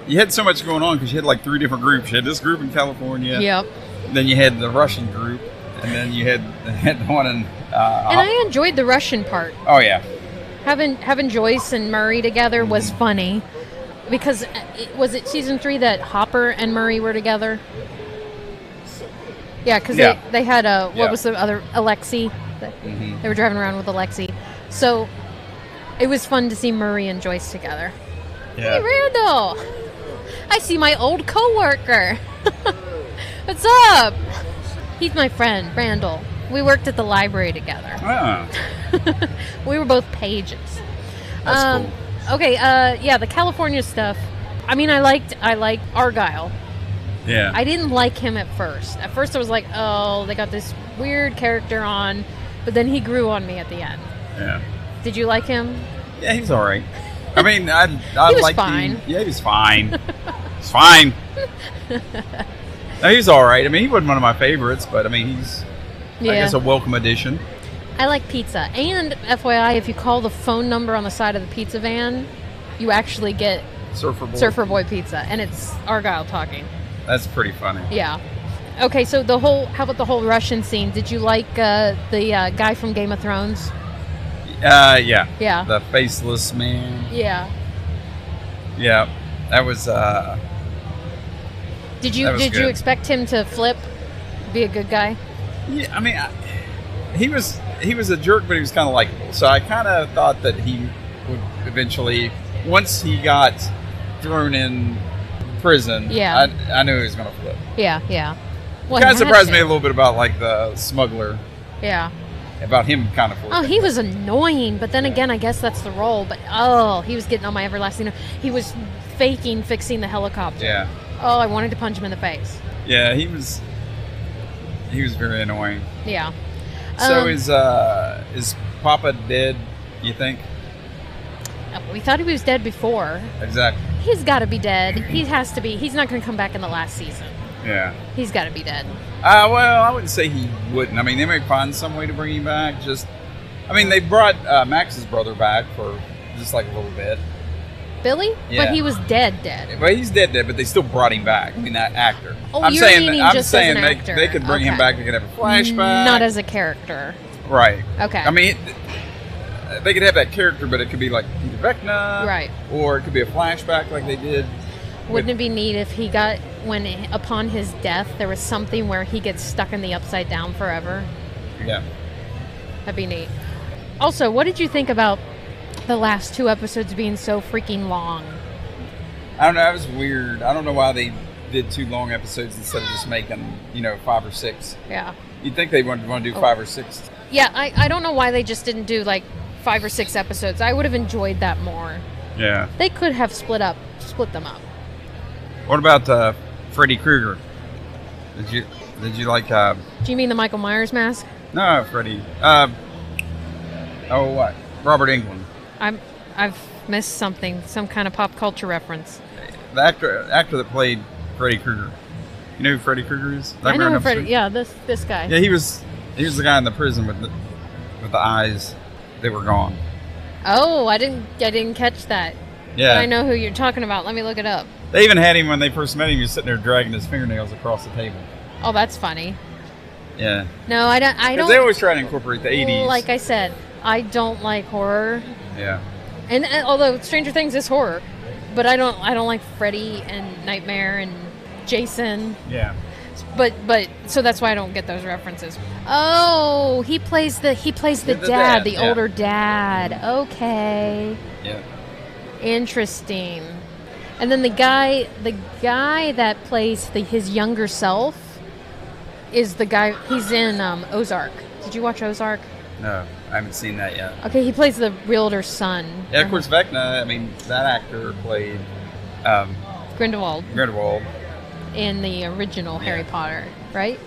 You had so much going on because you had like three different groups. You had this group in California.
yep.
Then you had the Russian group, and then you had had the one in. Uh,
And I enjoyed the Russian part.
oh yeah,
Having having Joyce and Murray together was
Mm-hmm.
funny because uh, it, was it season three that Hopper and Murray were together? Yeah, because
Yeah.
they, they had a what
Yeah. Mm-hmm.
was the other Alexi? That- They were driving around with Alexi, so it was fun to see Murray and Joyce together. Hey
yeah.
Randall, I see my old coworker. What's up? He's my friend, Randall. We worked at the library together.
Ah,
We were both pages.
That's
um, Okay. Uh, yeah, the California stuff. I mean, I liked I liked Argyle.
Yeah.
I didn't like him at first. At first, I was like, oh, they got this weird character on, but then he grew on me at the end.
yeah.
Did you like him?
Yeah, he's all right. I mean, I I
He was
like
fine.
The, yeah, he was fine. he's fine. no, he's all right. I mean, he wasn't one of my favorites, but I mean, he's I guess a welcome addition.
I like pizza. And FYI, if you call the phone number on the side of the pizza van, you actually get
Surfer boy.
Surfer Boy Pizza, and it's Argyle talking.
That's pretty funny.
Yeah. Okay, so the whole how about the whole Russian scene? Did you like uh, the uh, guy from Game of Thrones?
Uh, yeah.
Yeah.
The faceless man.
yeah.
Yeah, that was uh,
Did you
That was
did you
good.
expect him to flip, be a good guy?
Yeah, I mean, I, he was he was a jerk, but he was kind of likable. So I kind of thought that he would eventually, once he got thrown in prison,
Yeah.
I, I knew he was going to flip.
Yeah, yeah. Well,
kind
he had
of surprised
to.
me a little bit about like the smuggler,
Yeah.
about him kind of flipping.
Oh, he was annoying, but then again, I guess that's the role. But oh, he was getting on my everlasting. He was faking fixing the helicopter.
yeah,
Oh, I wanted to punch him in the face.
yeah, he was he was very annoying.
Yeah.
so
Um,
is uh is Papa dead? You think
We thought he was dead before.
exactly?
He's got to be dead. He has to be. He's not going to come back in the last season.
Yeah.
He's got to be dead.
Uh, well, I wouldn't say he wouldn't. I mean, they may find some way to bring him back. Just, I mean, they brought uh, Max's brother back for just like a little bit,
Billy?
Yeah.
But he was dead, dead.
but he's dead, dead. But they still brought him back. I mean, that actor.
Oh,
I'm
you're
saying,
meaning
I'm
just as
saying
an
they,
actor.
they could bring him
Okay.
back. They could have a flashback.
Not as a character.
right.
Okay.
I mean, it- they could have that character, but it could be like Peter Vecna,
Right.
Or it could be a flashback, like they did.
Wouldn't it be neat if he got when upon his death there was something where he gets stuck in the upside down forever?
Yeah.
That'd be neat. Also, what did you think about the last two episodes being so freaking long?
I don't know. That was weird. I don't know why they did two long episodes instead of just making you know five or six.
Yeah.
You'd think they would want to do
Oh.
five or six
Yeah, I, I don't know why they just didn't do like five or six episodes. I would have enjoyed that more.
Yeah.
They could have split up split them up.
What about uh, Freddy Krueger? Did you did you like uh,
Do you mean the Michael Myers mask?
no Freddy? Uh, oh what? Robert England,
I'm I've missed something, some kind of pop culture reference.
the actor actor that played Freddy Krueger. You know who Freddy Krueger is? That
I
guy in
know
the
who Freddy.
street?
Yeah, this this guy.
Yeah, he was he was the guy in the prison with the with the eyes that were gone.
Oh, I didn't I didn't catch that.
Yeah,
But I know who you're talking about. Let me look it up.
they even had him when they first met him. He was sitting there dragging his fingernails across the table.
Oh, that's funny.
Yeah,
No, I don't. I
'Cause they
don't.
always try to incorporate the '80s.
Like I said, I don't like horror,
yeah,
and, and although Stranger Things is horror, but I don't I don't like Freddy and Nightmare and Jason.
yeah.
But but so that's why I don't get those references. Oh, he plays the he plays the,
The- the
dad,
dad,
the
yeah.
older dad. Okay.
Yeah.
Interesting. And then the guy the guy that plays the his younger self is the guy he's in um, Ozark. Did you watch Ozark?
No, I haven't seen that yet.
Okay, he plays the realtor's son.
Yeah, of course, Vecna. I mean, that actor played um,
Grindelwald
Grindelwald.
in the original Harry
Yeah.
Potter, right?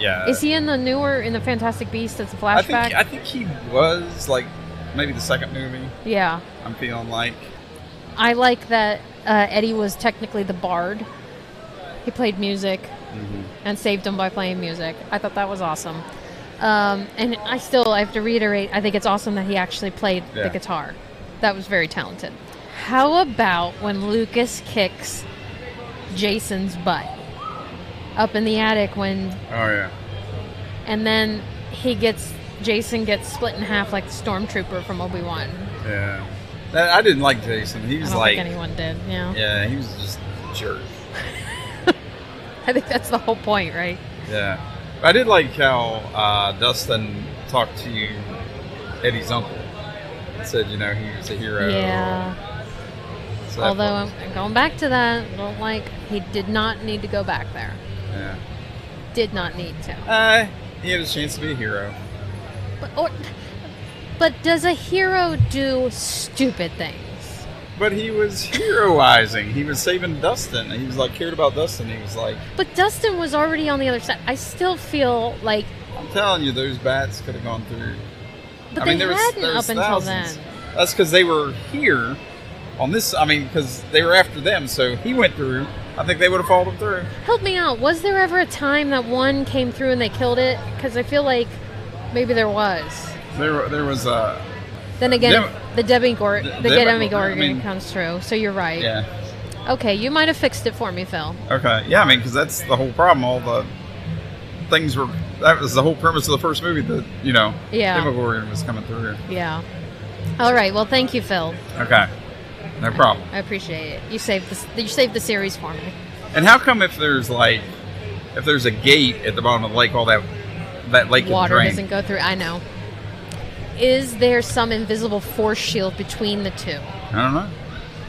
Yeah,
is he in the newer in the Fantastic Beasts that's a
I
flashback?
think I think he was like maybe the second movie.
yeah.
I'm feeling like
I like that uh, Eddie was technically the bard. He played music
Mm-hmm.
and saved him by playing music. I thought that was awesome. Um, and I still I have to reiterate, I think it's awesome that he actually played
Yeah.
the guitar. That was very talented. How about when Lucas kicks Jason's butt up in the attic when
oh yeah,
and then he gets Jason gets split in half like the stormtrooper from Obi Wan.
yeah. That, I didn't like Jason. He
I
was
don't
like,
think anyone did. Yeah.
yeah, he was just a jerk.
I think that's the whole point, right?
Yeah, I did like how uh, Dustin talked to Eddie's uncle. and Said you know he was a hero.
Yeah.
So that
Although
was-
I'm I'm going back to that, I don't like he did not need to go back there.
yeah,
Did not need to.
uh, he had a chance to be a hero.
But or, but does a hero do stupid things?
but he was heroizing. He was saving Dustin. He was like cared about Dustin. He was like,
But Dustin was already on the other side. I still feel like,
I'm telling you, those bats could have gone through.
but
I
they
mean, there was-
hadn't
there was
up until
thousands.
then.
That's because they were here on this. I mean, because they were after them, so he went through. I think they would have followed him through.
Help me out. Was there ever a time that one came through and they killed it? Because I feel like maybe there was.
There, there was a
Then again,
Dem-
the Demi Gor- the,
Dem-
Demi
I
Gorgon
mean-
comes through, so you're right.
yeah.
Okay, you might have fixed it for me, Phil.
Okay. Yeah, I mean, because that's the whole problem. All the things were. That was the whole premise of the first movie that, you know,
Yeah.
Demogorgon was coming through.
Yeah. All right. Well, thank you, Phil.
Okay. No problem.
I appreciate it. You saved the you saved the series for me.
And how come if there's like. If there's a gate at the bottom of the lake, all that that lake
Water
can
doesn't
drain.
go through. I know. Is there some invisible force shield between the two?
I don't know.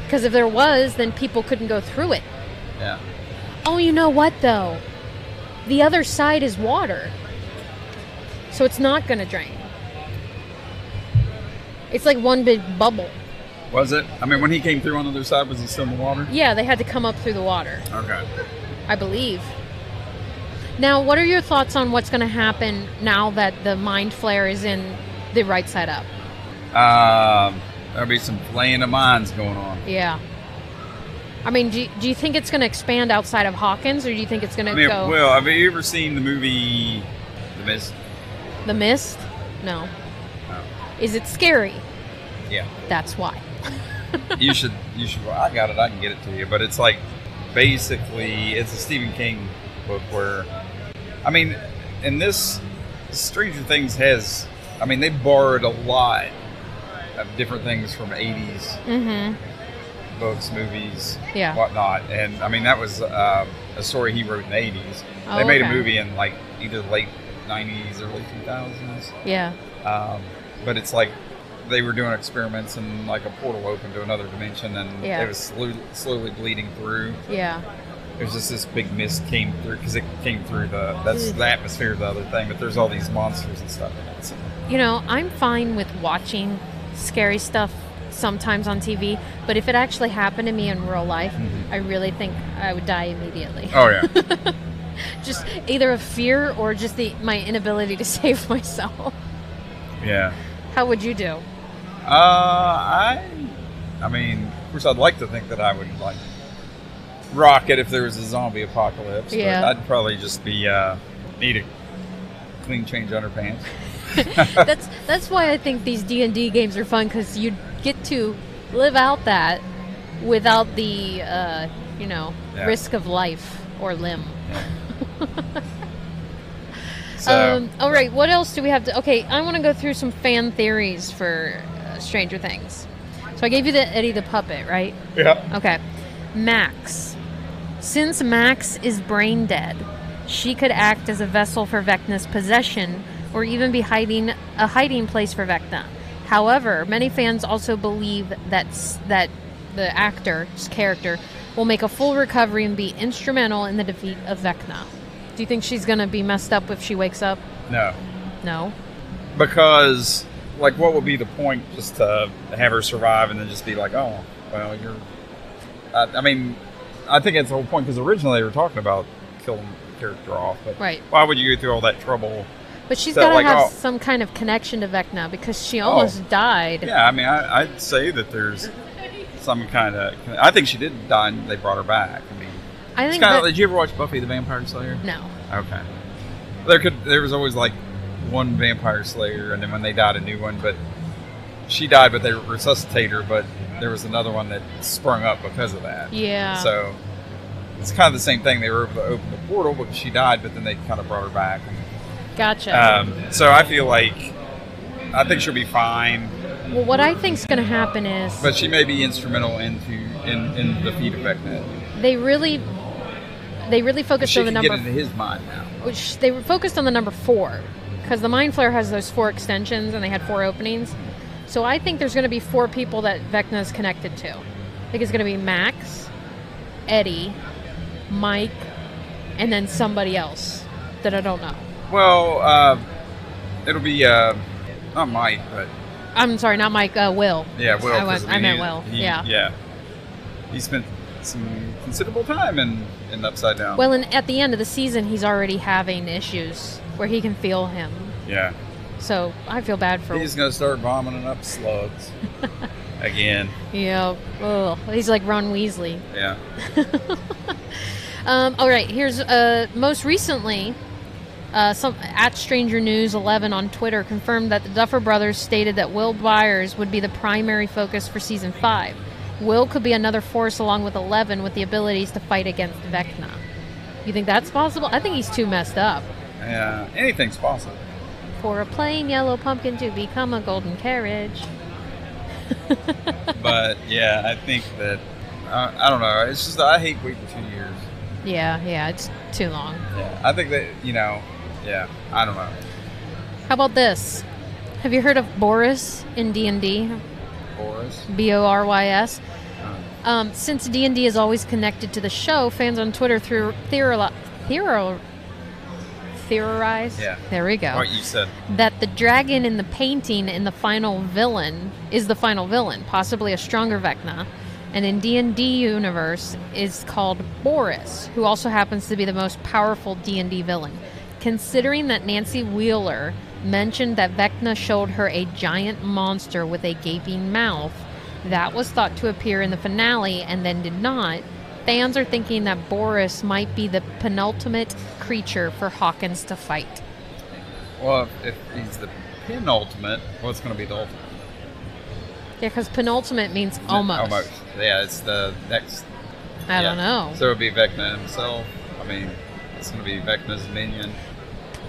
Because if there was, then people couldn't go through it.
Yeah.
Oh, you know what though? The other side is water. So it's not going to drain. It's like one big bubble.
Was it? I mean, when he came through on the other side, was he still in the water?
Yeah, they had to come up through the water,
Okay.
I believe. Now, what are your thoughts on what's going to happen now that the mind flare is in the right side up?
Um, there'll be some playing of minds going on.
Yeah. I mean, do you, do you think it's going to expand outside of Hawkins, or do you think it's going to
I mean,
go
well, have you ever seen the movie The Mist?
the mist? No.
Oh.
Is it scary?
Yeah.
That's why.
you should you should well, I got it I can get it to you but it's like basically it's a Stephen King book where I mean and this Stranger Things has I mean they borrowed a lot of different things from 80s
Mm-hmm.
books movies
Yeah.
whatnot and I mean that was um, a story he wrote in the 80s
Oh,
they made
okay.
a movie in like either the late 90s early 2000s
Yeah.
um, but it's like they were doing experiments and like a portal opened to another dimension and
Yeah.
it was slowly, slowly bleeding through.
Yeah.
It was just this big mist came through because it came through the that's
Mm.
the atmosphere of the other thing. But there's all these monsters and stuff in it. So.
You know, I'm fine with watching scary stuff sometimes on TV, but if it actually happened to me in real life, I really think I would die immediately.
Mm-hmm. Oh yeah,
Just either of fear or just the my inability to save myself.
yeah.
How would you do?
Uh, I, I mean, of course, I'd like to think that I would like rock it if there was a zombie apocalypse. but
Yeah.
I'd probably just be uh, need a clean change underpants.
that's that's why I think these D and D games are fun because you get to live out that without the uh, you know
Yeah.
risk of life or limb.
So
um, all right, what else do we have to? Okay, I want to go through some fan theories for uh, Stranger Things. So I gave you the Eddie the puppet, right?
yeah,
Okay, Max. Since Max is brain dead, she could act as a vessel for Vecna's possession, or even be hiding a hiding place for Vecna. However, many fans also believe that s- that the actor's character will make a full recovery and be instrumental in the defeat of Vecna. Do you think she's gonna be messed up if she wakes up?
no.
No.
because like what would be the point just to have her survive and then just be like oh well you're uh, i mean i think that's the whole point because originally they were talking about killing the character off but
Right.
why would you go through all that trouble
But she's
So,
gotta
like,
have
oh.
some kind of connection to Vecna because she almost died.
yeah i mean I, i'd say that there's some kind of i think she did die and they brought her back i mean
I
it's
think.
kind of
that-
did you ever watch buffy the vampire slayer
no.
okay there could there was always like one vampire slayer and then when they died a new one but she died but they resuscitate her but there was another one that sprung up because of that
Yeah.
so it's kind of the same thing they were able to open the portal but she died but then they kind of brought her back
gotcha.
um, so i feel like i think she'll be fine
Well, what I think's going to happen is
but she may be instrumental into in, in the feed effect net
they really they really focused
she
on the
can get
number
into his mind now
which they were focused on the number 4 cuz the mind flare has those four extensions and they had four openings. So I think there's going to be four people that Vecna's connected to. I think it's going to be Max, Eddie, Mike, and then somebody else that I don't know.
Well, uh, it'll be uh, not Mike, but
I'm sorry, not Mike. Uh, Will.
Yeah, Will.
I
'cause,
was- I meant Will,
he-
yeah.
yeah. He spent some considerable time in, in Upside Down.
Well, and at the end of the season, he's already having issues where he can feel him.
yeah.
So I feel bad for.
He's going to start vomiting up slugs again.
Yeah. Ugh. He's like Ron Weasley.
Yeah.
Um, all right. Here's uh, most recently. Uh, some at Stranger News 11 on Twitter confirmed that the Duffer Brothers stated that Will Byers would be the primary focus for season five. Will could be another force along with Eleven with the abilities to fight against Vecna. You think that's possible? I think he's too messed up.
Yeah. Anything's possible.
For a plain yellow pumpkin to become a golden carriage.
But yeah, I think that uh, I don't know. It's just I hate waiting two years.
Yeah, yeah, it's too long.
Yeah. I think that you know. Yeah. I don't know.
How about this? Have you heard of Boris in D&D?
Boris.
B O R Y S.
Uh,
Um, since D and D is always connected to the show, fans on Twitter through theorili- theor- theorize.
Yeah.
There we go.
What you said.
That the dragon in the painting in the final villain is the final villain, possibly a stronger Vecna, and in D and D universe is called Boris, who also happens to be the most powerful D and D villain. Considering that Nancy Wheeler mentioned that Vecna showed her a giant monster with a gaping mouth that was thought to appear in the finale and then did not, fans are thinking that Boris might be the penultimate creature for Hawkins to fight.
Well, if if he's the penultimate, what's going to be the ultimate?
Yeah, because penultimate means almost.
Almost. Yeah. It's the next Yeah.
I don't know.
So it would be Vecna himself. I mean, it's going to be Vecna's minion.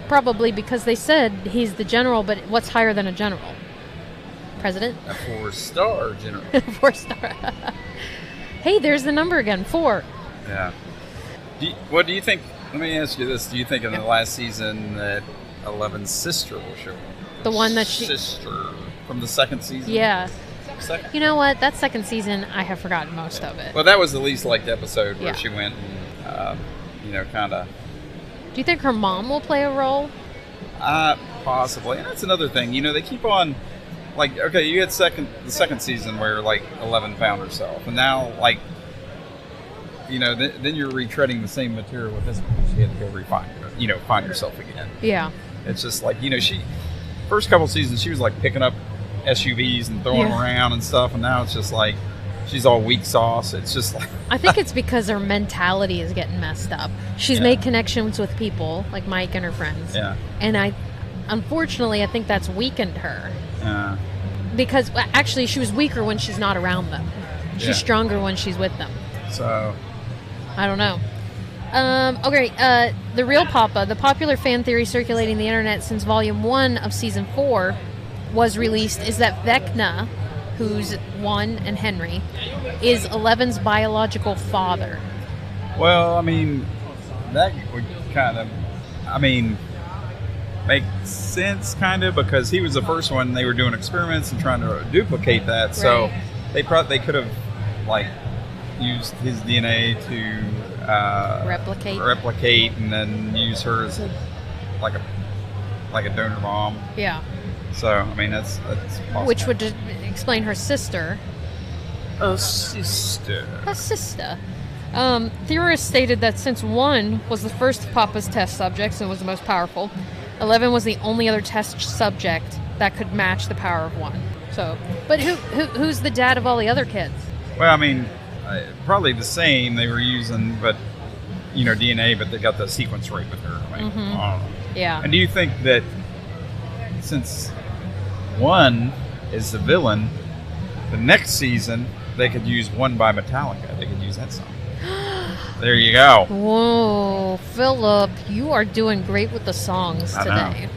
Probably because they said he's the general, but what's higher than a general? President?
A four star general.
Four star. hey, there's the number again. Four.
yeah. Do you, what do you think? Let me ask you this. Do you think in the last season that Eleven's sister will show up?
The one that she-
Sister from the second season?
Yeah.
Second?
You know what? That second season, I have forgotten most of it.
Well, that was the least liked episode where
Yeah.
she went and, um, you know, kind of.
Do you think her mom will play a role?
Uh, possibly. And that's another thing. You know, they keep on like okay, you had second the second season where like Eleven found herself, and now like you know th- then you're retreading the same material with this one. She had to go refine you know find herself again.
Yeah.
It's just like you know she first couple seasons she was like picking up SUVs and throwing
Yeah.
them around and stuff, and now it's just like she's all weak sauce. It's just like
I think it's because her mentality is getting messed up. She's
Yeah.
made connections with people like Mike and her friends.
yeah.
And I, unfortunately, I think that's weakened her.
Uh,
because well, actually she was weaker when she's not around them. She's
Yeah.
stronger when she's with them.
so
I don't know. Um, okay, uh, the real Papa, the popular fan theory circulating the internet since Volume One of Season Four was released, is that Vecna, who's one and Henry, is Eleven's biological father.
Well, I mean, that would kind of, I mean, make sense kind of because he was the first one. They were doing experiments and trying to duplicate that, so
Right.
they probably they could have like used his DNA to uh,
Replicate.
replicate, and then use her as a, like a like a donor mom.
Yeah,
So I mean, that's that's possible.
which would explain her sister,
a sister.
a sister. Um, theorists stated that since one was the first of Papa's test subjects and was the most powerful, eleven was the only other test subject that could match the power of one. So, but who, who who's the dad of all the other kids?
Well, I mean, uh, probably the same they were using, but you know DNA, but they got the sequence right with her. I mean, I don't know.
Mm-hmm. Yeah,
And do you think that since one is the villain, the next season they could use one by Metallica? They could use that song. there you go.
Whoa, Philip, you are doing great with the songs
I know.
today.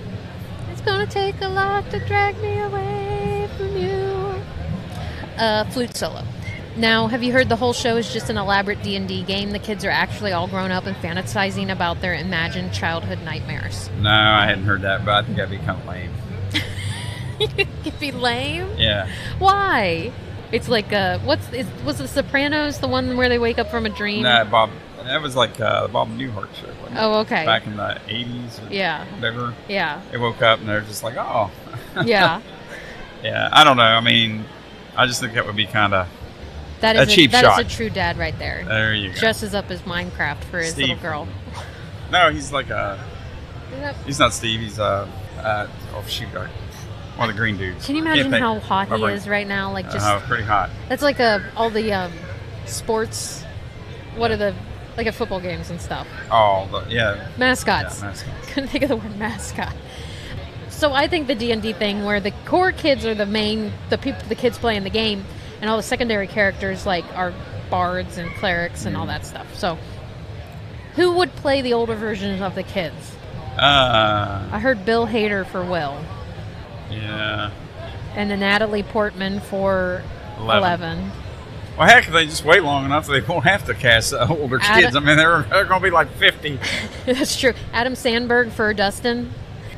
It's gonna take a lot to drag me away from you. Uh, flute solo. Now, have you heard the whole show is just an elaborate D and D game? The kids are actually all grown up and fantasizing about their imagined childhood nightmares.
No, I hadn't heard that, but I think that'd be kind of lame.
It'd be lame.
Yeah.
Why? It's like uh, what's is, was the Sopranos the one where they wake up from a dream?
No, Bob. That was like uh, the Bob Newhart show. Wasn't it?
Oh, okay.
Back in the '80s. Or
Yeah,
Whatever.
yeah,
They woke up and they're just like, oh,
yeah.
Yeah, I don't know. I mean, I just think that would be kind of.
That
A
is a,
cheap
that is
shot.
a true dad right there.
There you go.
Dresses up as Minecraft for his
Steve.
little girl.
no, he's like a.
Yep.
He's not Steve. He's uh, uh oh shoot, I, one of the green dudes.
Can you
I can't
imagine
think.
how hot
My
he
brain-
is right now? Like just
Uh, pretty hot.
that's like a all the um, sports. What are the like at football games and stuff?
Oh the, yeah. yeah
Mascots.
that's-
Couldn't think of the word mascot. So I think the D and D thing, where the core kids are the main, the people, the kids playing the game, and all the secondary characters like are bards and clerics and all that stuff. So, who would play the older versions of the kids?
uh,
I heard Bill Hader for Will,
yeah.
and then Natalie Portman for
Eleven.
Eleven.
Well, heck, if they just wait long enough, they won't have to cast uh, older
Adam-
kids. I mean, they're, they're going to be like 50.
That's true. Adam Sandberg for Dustin,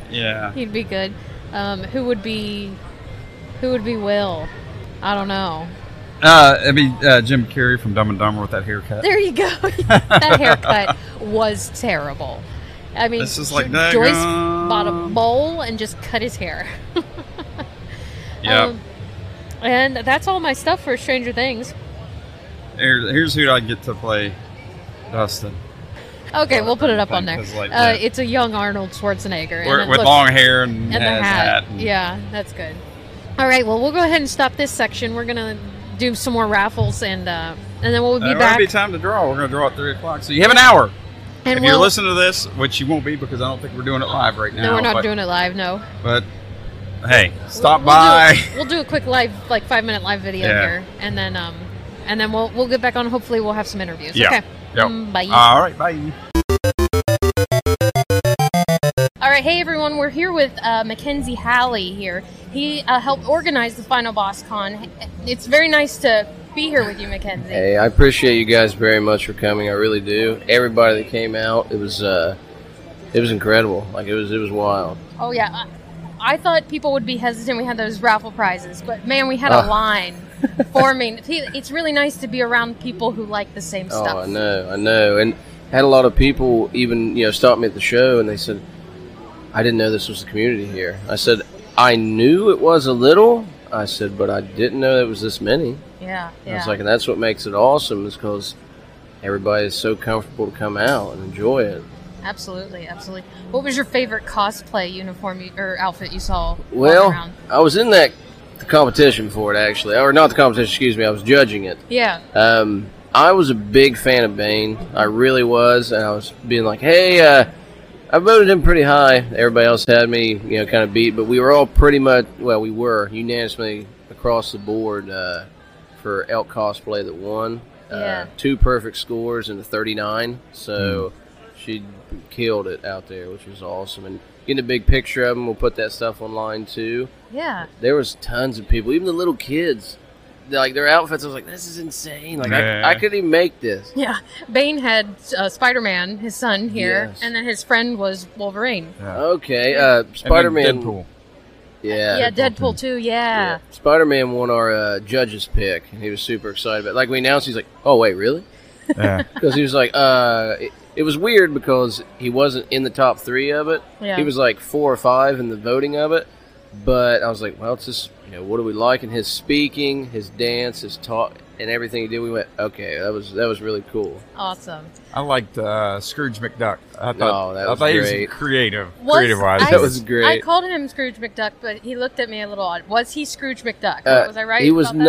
Yeah.
he'd be good. Um, who would be, who would be Will? I don't know.
Uh, it'd be uh, Jim Carrey from Dumb and Dumber with that haircut.
There you go. that haircut was terrible. I mean,
This is like
Jo- Joyce
daggone.
bought a bowl and just cut his hair.
Yep.
Um, and that's all my stuff for Stranger Things.
Here, here's who I get to play Dustin
Okay, we'll put it up on there.
Thing, 'cause like
Uh,
the-
it's a young Arnold Schwarzenegger.
We're-
it
with
looks-
long hair and,
and the
has
hat.
and-
Yeah, that's good. All right, well, we'll go ahead and stop this section. We're gonna do some more raffles, and uh, and then we'll be
Uh, it'll
back.
be time to draw. We're going to draw at 3 o'clock. So you have an hour.
and
if
we'll,
you're listening to this, which you won't be because I don't think we're doing it live right now.
no, we're not
but,
doing it live. No,
But hey, stop
We'll- we'll
by.
Do, we'll do a quick live, like five minute live video
Yeah.
here, and then um, and then we'll we'll get back on. Hopefully, we'll have some interviews.
Yeah.
Okay.
Yep.
Mm, bye.
All right, bye.
All right, hey everyone, we're here with uh, Mackenzie Halley here. He uh, helped organize the Final Boss Con. It's very nice to be here with you, Mackenzie.
Hey, I appreciate you guys very much for coming. I really do. Everybody that came out, it was uh, it was incredible. Like it was it was wild.
Oh yeah, I, I thought people would be hesitant. We had those raffle prizes, but man, we had a
Ah.
line forming. Pe- It's really nice to be around people who like the same stuff.
Oh, I know, I know, and had a lot of people even you know stop me at the show and they said, "I didn't know this was the community here." I said, "I knew it was a little." I said, "But I didn't know it was this many."
Yeah,
I
yeah.
was like, and that's what makes it awesome is because everybody is so comfortable to come out and enjoy it.
Absolutely, absolutely. What was your favorite cosplay uniform you, or outfit you saw? walking
Well,
around?
I was in that the competition for it actually, or not the competition. Excuse me, I was judging it.
yeah,
Um, I was a big fan of Bane. I really was, and I was being like, "Hey, uh, I voted him pretty high. Everybody else had me, you know, kind of beat, but we were all pretty much well, we were unanimously across the board uh, for elk cosplay that won.
Yeah.
Uh, two perfect scores and a 39. So she killed it out there, which was awesome. And getting a big picture of them, we'll put that stuff online too
yeah.
there was tons of people, even the little kids. Like their outfits, I was like, "This is insane! Like
Yeah.
I, I couldn't even make this."
Yeah, Bane had uh, Spider-Man, his son here,
Yes.
and then his friend was Wolverine.
Okay, uh, Spider-Man.
Deadpool.
Yeah,
yeah, Deadpool too. Yeah.
Spider-Man won our uh, judges pick, and he was super excited. But like we announced, he's like, "Oh wait, really?"
Yeah.
Because he was like, "Uh." It, it was weird because he wasn't in the top three of it.
Yeah.
He was like four or five in the voting of it. But I was like, well, it's just, you know, what do we like? And his speaking, his dance, his talk, and everything he did, we went, okay, that was that was really cool.
Awesome.
I liked uh, Scrooge McDuck. I thought,
No, Oh, that
I
was
thought he
great.
was creative,
Was-
creative wise.
I-
That was
I
great.
called him Scrooge McDuck, but he looked at me a little odd. Was he Scrooge McDuck?
Uh,
was I right?
He was
about that?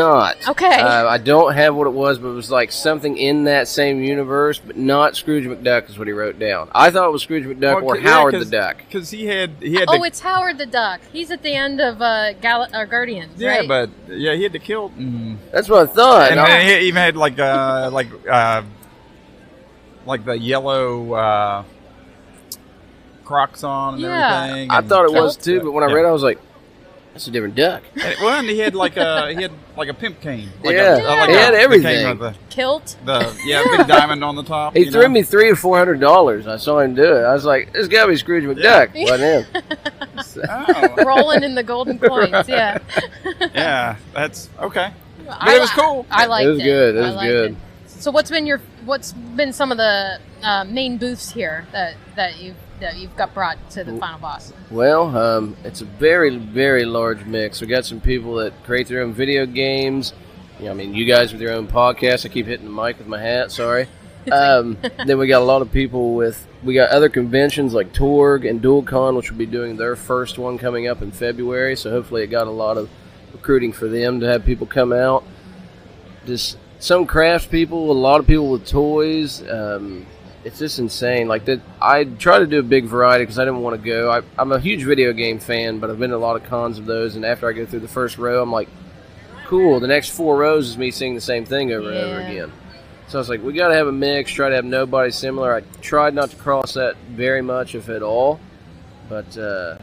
not.
Okay.
Uh, I don't have what it was, but it was like something in that same universe, but not Scrooge McDuck is what he wrote down. I thought it was Scrooge McDuck or Howard the Duck.
because he had he had
Oh,
to,
it's Howard the Duck. He's at the end of uh, Gal- uh Guardians,
yeah,
right?
but yeah, he had to kill. Mm.
That's what I thought.
And
I-
then he even had like uh like uh like the yellow uh Crocs on and
Yeah.
everything.
I
and
thought it
kept-
was too, but when I
Yeah.
read, it, I was like, "That's a different duck."
And, well, and he had like a he had like a pimp cane. Like
Yeah.
a, uh, like
He
a-
had
the cane
everything.
with The,
Kilt.
the yeah, big diamond on the top.
He
you
threw
know?
me three or four hundred dollars. I saw him do it. I was like, "This gotta be Scrooge McDuck."
Yeah.
Wasn't him?
Oh,
Rolling in the golden coins, yeah.
yeah, that's okay. But
I
it was
li-
cool.
I liked it.
It was good. It
I
was
liked
good.
So, what's been your what's been some of the uh, main booths here that that you that you've got brought to the final boss?
Well, um, it's a very, very large mix. We got some people that create their own video games. You know, I mean, you guys with your own podcast. I keep hitting the mic with my hat. Sorry. Um, then we got a lot of people with. We got other conventions like Torg and DualCon, which will be doing their first one coming up in February. So hopefully, it got a lot of recruiting for them to have people come out. Just some crafts people, a lot of people with toys. Um, it's just insane. Like that, I try to do a big variety because I didn't want to go. I, I'm a huge video game fan, but I've been to a lot of cons of those. And after I go through the first row, I'm like, cool. The next four rows is me seeing the same thing over and over
Yeah.
again. So I was like, we got to have a mix. Try to have nobody similar. I tried not to cross that very much, if at all. But uh,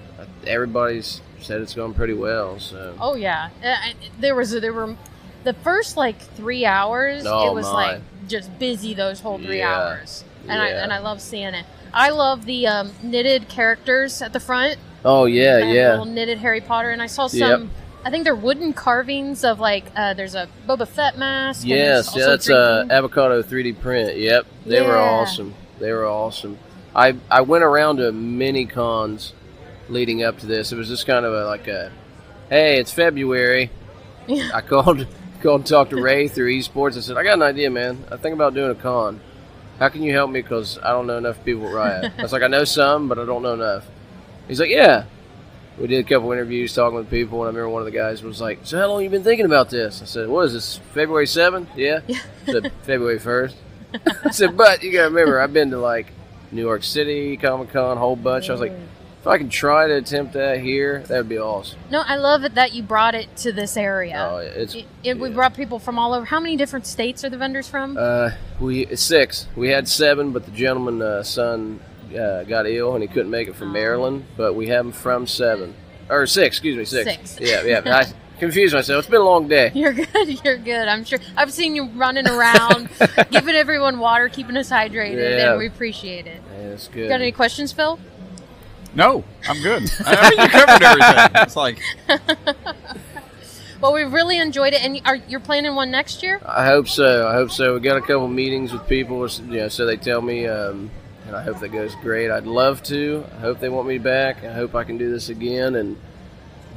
everybody's said it's going pretty well. So
Oh yeah, Uh, I, there was there were the first like three hours.
Oh,
it was
my.
like just busy those whole three
Yeah.
hours, and I
Yeah.
and I love seeing it. I love the um, knitted characters at the front.
oh yeah,
that
yeah.
Little knitted Harry Potter, and I saw
Yep.
some. I think they're wooden carvings of like uh, there's a Boba Fett mask. and there's
Yes,
also
yeah, that's uh, avocado 3D print. Yep, they were
Yeah.
awesome. They were awesome. I I went around to many cons leading up to this. It was just kind of a, like a, hey, it's February.
Yeah.
I called called and talked to Ray through esports. I said, I got an idea, man. I think about doing a con. How can you help me? Because I don't know enough people at Riot. I was like, I know some, but I don't know enough. He's like, yeah. We did a couple interviews talking with people, and I remember one of the guys was like, "So how long you been thinking about this?" I said, "What is this? February 7th? Yeah." I said February first. I said, "But you got to remember, I've been to like New York City, Comic Con, whole bunch." I was like, "If I can try to attempt that here, that would be awesome."
No, I love it that you brought it to this area.
Oh, it's
It- it- We brought people from all over. How many different states are the vendors from?
Uh, we it's six. We had seven, but the gentleman's uh, son uh, got ill and he couldn't make it from Maryland. But we have him from seven or six. Excuse me, six.
Six.
Yeah, yeah. I confused myself. It's been a long day.
You're good. You're good. I'm sure. I've seen you running around, giving everyone water, keeping us hydrated,
Yeah.
and we appreciate it.
Yeah, it's good.
Got any questions, Phil?
No, I'm good. I mean, you covered everything. It's like
Well, we really enjoyed it, and are you're planning one next year?
I hope so. I hope so. We got a couple meetings with people, you know, so they tell me, um, and I hope that goes great. I'd love to. I hope they want me back. I hope I can do this again and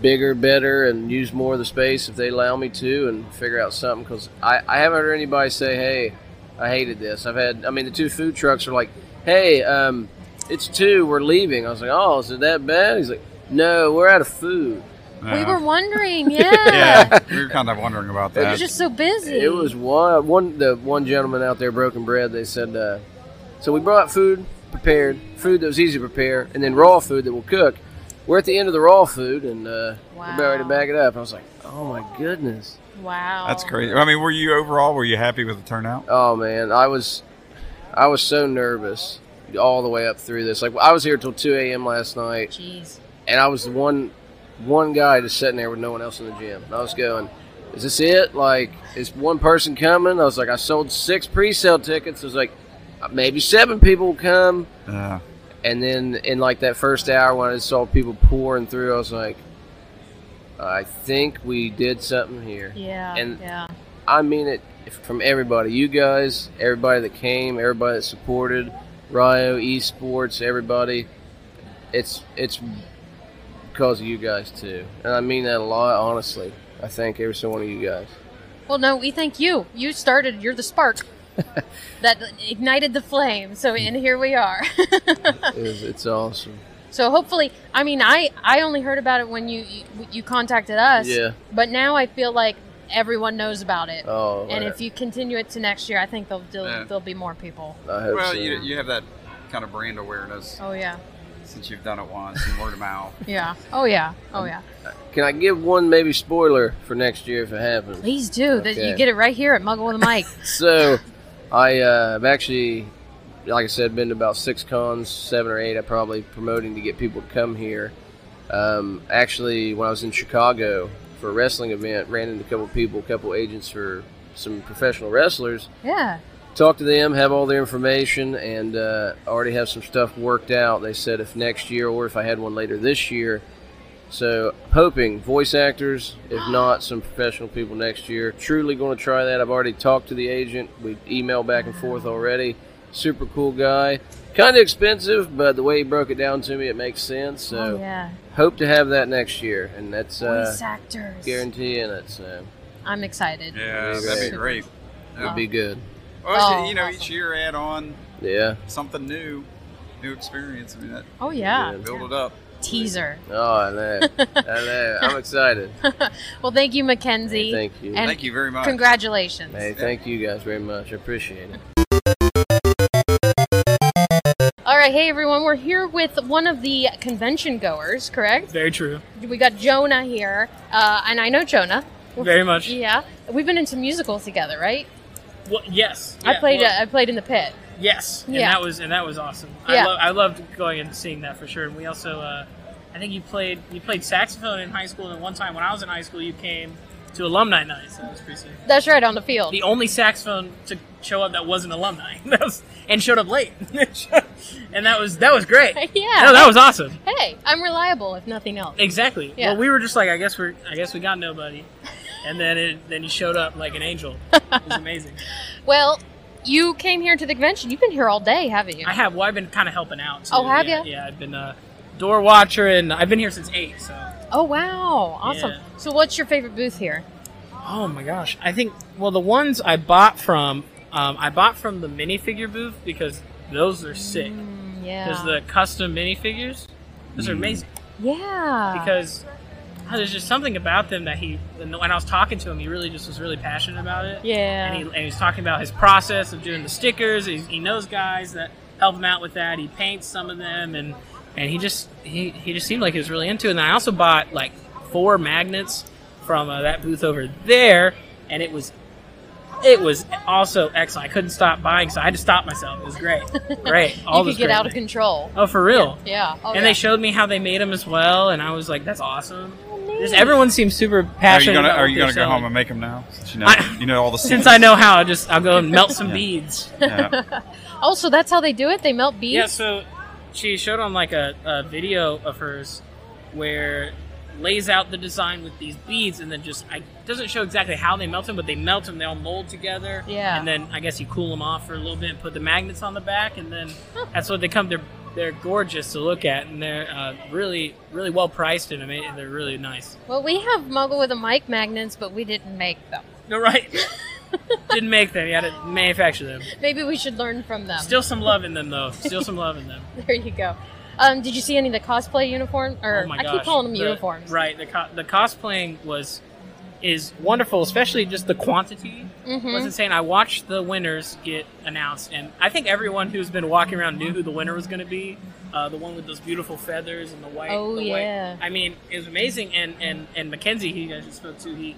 bigger, better, and use more of the space if they allow me to, and figure out something. Because I, I haven't heard anybody say, "Hey, I hated this." I've had, I mean, the two food trucks are like, "Hey, um, it's two, we're leaving." I was like, "Oh, is it that bad?" He's like, "No, we're out of food."
We
Yeah.
were wondering. Yeah,
yeah, we were kind of wondering about
we were
that.
just so busy.
It was one one the one gentleman out there broken bread. They said, uh, so we brought food prepared, food that was easy to prepare, and then raw food that we'll cook. We're at the end of the raw food, and uh, we're about ready to
Wow.
bag it up. I was like, oh my goodness,
wow.
That's crazy. I mean, were you overall were you happy with the turnout?
oh man, I was, I was so nervous all the way up through this. Like I was here till two a.m. last night.
Jeez.
and I was the one one guy just sitting there with no one else in the gym. And I was going, "Is this it? Like, is one person coming?" I was like, "I sold six pre-sale tickets." I was like, "Maybe seven people will come."
uh,
Yeah.
And then in like that first hour when I saw people pouring through, I was like, "I think we did something here."
Yeah.
And-
yeah.
I mean it from everybody. You guys, everybody that came, everybody that supported Rio Esports, everybody. It's it's because of you guys too, and I mean that a lot. Honestly, I thank every single one of you guys.
Well, no, we thank you. You started. You're the spark that ignited the flame. So, and here we are.
It's, it's awesome.
so, hopefully, I mean, I I only heard about it when you you, you contacted us.
Yeah.
But now I feel like everyone knows about it.
Oh,
and
man,
if you continue it to next year, I think there'll there'll,
Yeah.
there'll be more people.
I hope
well,
so.
you, you have that kind of brand awareness
Oh yeah.
since you've done it once and word of mouth.
Yeah. Oh yeah. Oh yeah.
Can I give one maybe spoiler for next year if it happens?
Please do. That you
Okay.
get it right here at Muggle with a Mic.
so I uh, have actually, like I said, been to about six cons, seven or eight. I probably promoting to get people to come here. Um, actually, when I was in Chicago for a wrestling event, ran into a couple people, a couple agents for some professional wrestlers.
yeah.
Talked to them, have all their information, and uh, already have some stuff worked out. They said if next year or if I had one later this year. So hoping voice actors, if not some professional people next year. Truly going to try that. I've already talked to the agent. We emailed back and forth already. Super cool guy. Kind of expensive, but the way he broke it down to me, it makes sense. So
Oh, yeah.
hope to have that next year, and that's uh,
Voice actors.
guarantee in it. So
I'm excited.
Yeah,
That'd be
that'd be
great.
great.
it'll be good.
Well,
Oh,
you know, each
awesome.
year add on
Yeah.
something new, new experience. I mean, that,
Oh yeah.
build it up.
Teaser.
Oh, I know. I know. I'm excited.
Well, thank you, Mackenzie.
Thank you.
And
Thank you very much.
Congratulations.
Hey, thank you guys very much. I appreciate it.
All right, hey everyone, we're here with one of the convention goers, correct?
Very true.
We got Jonah here, uh, and I know Jonah.
Very much.
Yeah, we've been into musicals together, right?
Well, yes.
I
yeah,
played.
well,
uh, I played in the pit.
Yes. And
Yeah.
that was and that was awesome.
Yeah.
I, lo- I loved going and seeing that for sure. And we also, uh, I think you played you played saxophone in high school. And one time when I was in high school, you came to alumni night. So that was pretty sick.
That's right on the field.
The only saxophone to show up that wasn't alumni, that was, and showed up late, and that was that was great.
yeah.
No, that was awesome.
Hey, I'm reliable if nothing else.
Exactly.
Yeah.
Well, we were just like, I guess we're, I guess we got nobody, and then it, then you showed up like an angel. It was amazing.
Well, you came here to the convention. You've been here all day, haven't you?
I have. Well, I've been kind of helping out.
Oh, have
yeah,
ya?
Yeah, I've been a door watcher, and I've been here since eight. So,
Oh wow, awesome.
Yeah.
So, what's your favorite booth here?
oh my gosh, I think well the ones I bought from, um, I bought from the minifigure booth because those are sick.
Mm, yeah.
Because the custom minifigures, those are amazing.
yeah.
Because oh, there's just something about them that he, when I was talking to him, he really just was really passionate about it.
yeah.
and, he, and he's talking about his process of doing the stickers. He, he knows guys that help him out with that. He paints some of them, and and he just he, he just seemed like he was really into it. And I also bought like four magnets from uh, that booth over there, and it was it was also excellent. I couldn't stop buying, so I had to stop myself. It was great, great. All
you
this
could get
great
out of
thing.
control.
Oh, for real.
Yeah. Oh,
and
yeah.
they showed me how they made them as well, and I was like, "That's awesome!"
neat.
Just everyone seems super
Are you
passionate.
gonna
about
Are
what
you
they're
gonna go
selling.
home and make them now? Since you know,
I-
you know all the
Since
secrets.
I know how, I just I'll go and melt some
Yeah.
beads.
Yeah.
Oh, so that's how they do it? They melt beads?
Yeah, so she showed on like a, a video of hers where lays out the design with these beads and then just I doesn't show exactly how they melt them, but they melt them, they all mold together.
Yeah.
And then I guess you cool them off for a little bit and put the magnets on the back and then that's what they come they're they're gorgeous to look at and they're uh, really really well priced and I mean and they're really nice.
Well, we have Muggle with a mic magnets, but we didn't make them.
No right. Didn't make them, you had to manufacture them.
Maybe we should learn from them.
Still some love in them though. Still some love in them.
there you go. Um, did you see any of the cosplay uniform? Or
oh my
I
gosh.
keep calling them
The-
uniforms.
Right. The co- the cosplaying was is wonderful, especially just the quantity was
Mm-hmm.
insane. I watched the winners get announced, and I think everyone who's been walking around knew who the winner was going to be. Uh, the one with those beautiful feathers and the white.
Oh,
the
yeah.
White. I mean, it was amazing. And and and Mackenzie, who you guys just spoke to, he.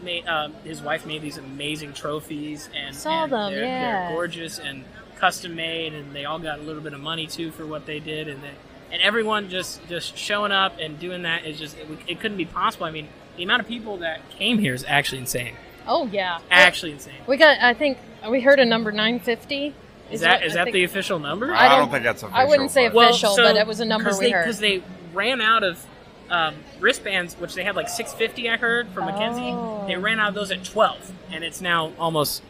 Made, um, his wife made these amazing trophies, and,
Saw
and
them,
they're,
yeah.
they're gorgeous and custom made, and they all got a little bit of money too for what they did, and they, and everyone just just showing up and doing that is just it, it couldn't be possible. I mean, the amount of people that came here is actually insane,
Oh, yeah.
actually insane.
We got, I think, we heard a number 950.
Is that
what
is
I
that
think-
the official number?
I
I
don't-
don't think that's official.
I wouldn't say
but-
official. but it was a number
cause
we
they,
heard.
because they ran out of um, wristbands, which they had like 650. I heard from Mackenzie.
Oh.
They ran out of those at 12, and it's now almost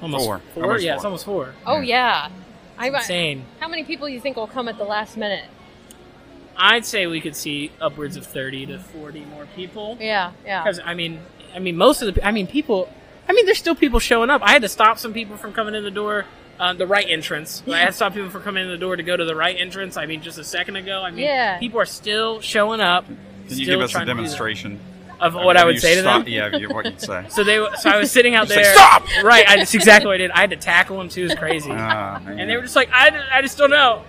almost
Four.
four?
Almost
yeah,
four.
it's almost four.
Oh, yeah. I,
Hmm. It's insane.
how many people you think will come at the last minute?
I'd say we could see upwards of 30 to 40 more people.
Yeah, yeah.
Because I mean, I mean, most of the, I mean, people, I mean, there's still people showing up. I had to stop some people from coming in the door, uh, the right entrance. I had to stop people from coming in the door to go to the right entrance. I mean, just a second ago. I mean,
Yeah.
people are still showing up.
Can you
still
give us
trying
a
to do that.
demonstration
of
of
what I
how
would
you
say to
stop-
them?
Yeah, of your- what you'd say.
So they, so I was sitting out
You say,
there.
"Stop!"
Right, I, that's exactly what I did. I had to tackle them too. It was crazy.
Ah, man.
and they were just like, I, I just don't know.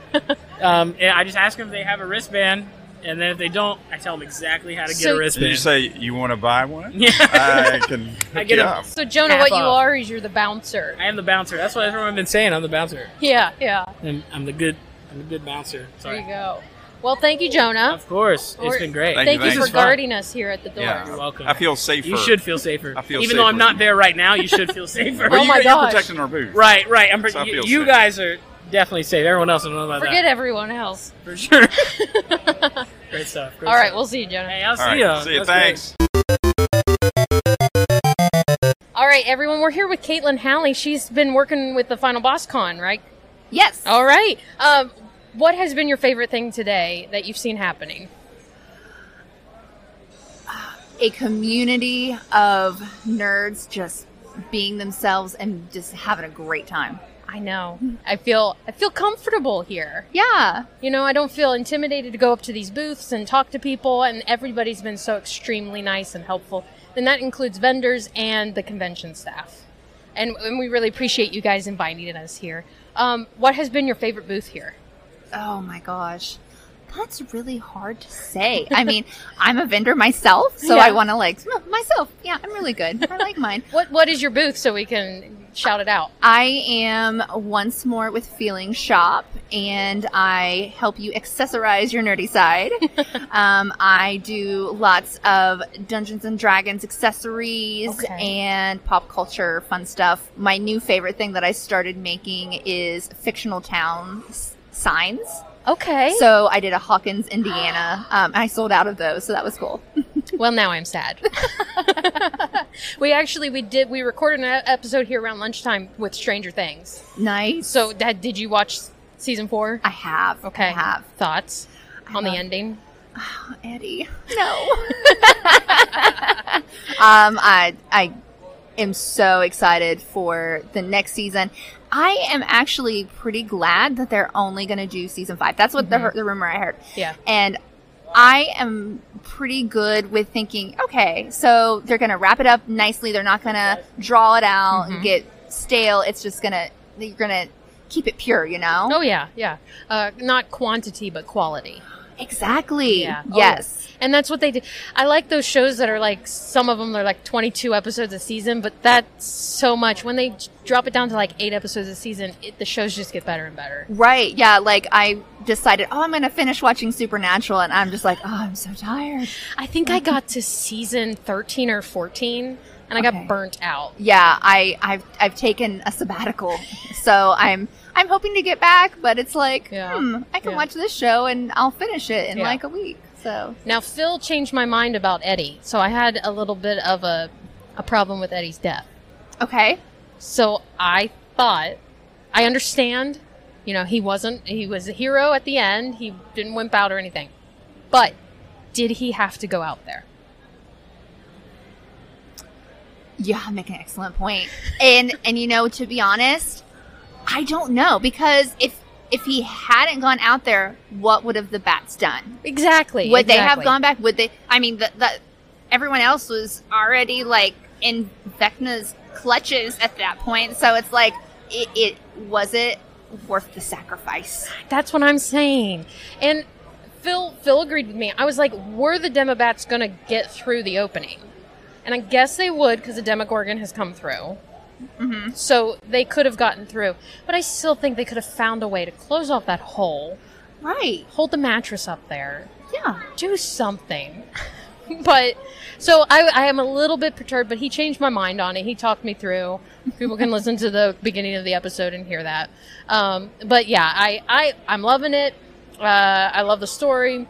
Um, and I just ask them if they have a wristband, and then if they don't, I tell them exactly how to get
So-
a
Did
wristband.
you say you want to buy one?
Yeah.
I can.
I
hook
get
you
a-
up.
So, Jonah,
Half
what you
off.
are is you're the bouncer.
I am the bouncer. That's what everyone's been saying. I'm the bouncer.
Yeah, yeah.
I'm, I'm the good. I'm the good bouncer.
There you
Sorry.
go. Well, thank you, Jonah.
Of course,
Or-
it's been great.
Thank
Thank
you,
you
thanks.
for
It's fun.
guarding us here at the door.
Yeah.
You're welcome.
I feel safer.
You should feel safer.
I feel
Even though I'm
safer.
not there right now, you should feel safer.
Well,
Oh
you,
my
you're
gosh.
protecting our booth.
right, right. I'm,
So I
you
feel
you
safe.
guys are definitely safe. Everyone else, I don't know about
Forget everyone else.
that. For sure.
All
great stuff. Great
right,
stuff.
we'll see you, Jonah.
Hey, I'll
All
see
right.
you.
See you. Thanks.
All right, right, everyone, we're here with Caitlin Halley. She's been working with the Final Boss Con, right?
Yes.
All right. Um, what has been your favorite thing today that you've seen happening?
a community of nerds just being themselves and just having a great time.
I know. I feel I feel comfortable here.
Yeah.
You know, I don't feel intimidated to go up to these booths and talk to people and everybody's been so extremely nice and helpful. And that includes vendors and the convention staff. And, and we really appreciate you guys inviting us here. Um, what has been your favorite booth here?
Oh my gosh. That's really hard to say. I mean, I'm a vendor myself, so
Yeah.
I want to like m- myself. Yeah, I'm really good. I like mine.
What What is your booth so we can shout it out?
I am once more with Feeling Shop, and I help you accessorize your nerdy side. um, I do lots of Dungeons and Dragons accessories and pop culture fun stuff. My new favorite thing that I started making is fictional town s- signs.
Okay.
So I did a Hawkins, Indiana. Um, I sold out of those, so that was cool.
well, now I'm sad. We actually we did we recorded an e- episode here around lunchtime with Stranger Things.
Nice.
So, Dad, did you watch season four?
I have.
Okay.
I have.
thoughts on the
have.
ending.
Eddie. No. um, I I am so excited for the next season. I am actually pretty glad that they're only going to do season five. That's what the, the rumor I heard.
Mm-hmm. Yeah.
And I am pretty good with thinking, okay, so they're going to wrap it up nicely. They're not going to draw it out
Mhm.
and get stale. It's just going to, you're going to keep it pure, you know?
Oh yeah, yeah. Uh, not quantity, but quality.
Exactly.
Yeah. Oh,
Yes.
And that's what they did. I like those shows that are like some of them are like 22 episodes a season, but that's so much. When they j- drop it down to like eight episodes a season, it, the shows just get better and better.
Right. Yeah. Like I decided, oh, I'm going to finish watching Supernatural, and I'm just like, oh, I'm so tired.
I think I got to season 13 or 14, and I got
Okay.
burnt out.
Yeah. I I've I've taken a sabbatical, so I'm I'm hoping to get back, but it's like, hmm, I can
Yeah.
watch this show and I'll finish it in
Yeah.
like a week. So
Now Phil changed my mind about Eddie, so I had a little bit of a a problem with Eddie's death.
okay.
So I thought, I understand, you know, he wasn't, he was a hero at the end. He didn't wimp out or anything. But did he have to go out there?
Yeah, make an excellent point. And and you know, to be honest, I don't know because if if he hadn't gone out there, what would have the bats done?
Exactly.
Would they have gone back? Would they? I mean, the, the everyone else was already like in Vecna's clutches at that point, so it's like it, it was it worth the sacrifice?
That's what I'm saying. And Phil, Phil agreed with me. I was like, were the Demobats going to get through the opening? And I guess they would because the Demogorgon has come through.
Mm-hmm.
So they could have gotten through. But I still think they could have found a way to close off that hole.
Right.
Hold the mattress up there.
Yeah.
do something. but so I, I am a little bit perturbed, but he changed my mind on it. He talked me through. People can listen to the beginning of the episode and hear that. Um, but yeah, I, I I'm loving it. Uh, I love the story.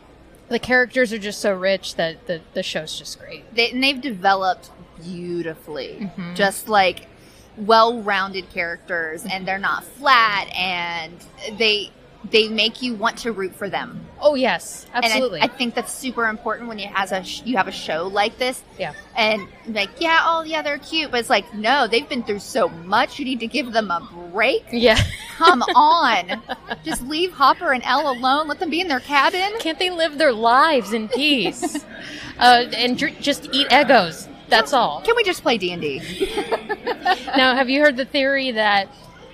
The characters are just so rich that the, the show's just great.
They, and they've developed beautifully,
Mm-hmm.
just like well-rounded characters, and they're not flat, and they they make you want to root for them.
Oh yes,
And I-
absolutely.
I, think that's super important when you has a sh- you have a show like this.
yeah.
and like yeah oh yeah they're cute but it's like no they've been through so much you need to give them a break
Yeah.
come on just leave hopper and elle alone let them be in their cabin
Can't they live their lives in peace? uh, and dr- just eat Egos. That's all.
can we just play d&d
now have you heard the theory that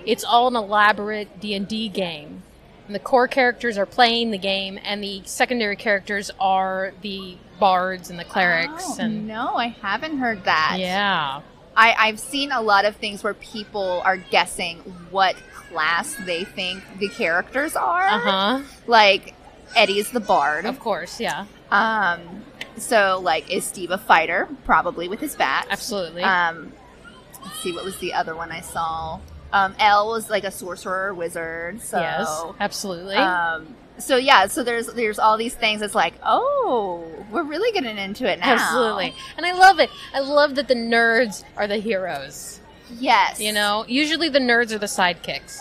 it's all an elaborate d&d game and the core characters are playing the game and the secondary characters are the bards and the clerics
Oh,
and
no i haven't heard that
yeah
I, i've seen a lot of things where people are guessing what class they think the characters are
uh-huh
like eddie's the bard
of course yeah
um so like is steve a fighter probably with his bat
absolutely
Um, let's see, what was the other one I saw? Um, L was like a sorcerer wizard. So
yes, absolutely.
um, so yeah, so there's there's all these things. It's like, oh, we're really getting into it now.
Absolutely. And I love it. I love that the nerds are the heroes.
Yes.
You know, usually the nerds are the sidekicks.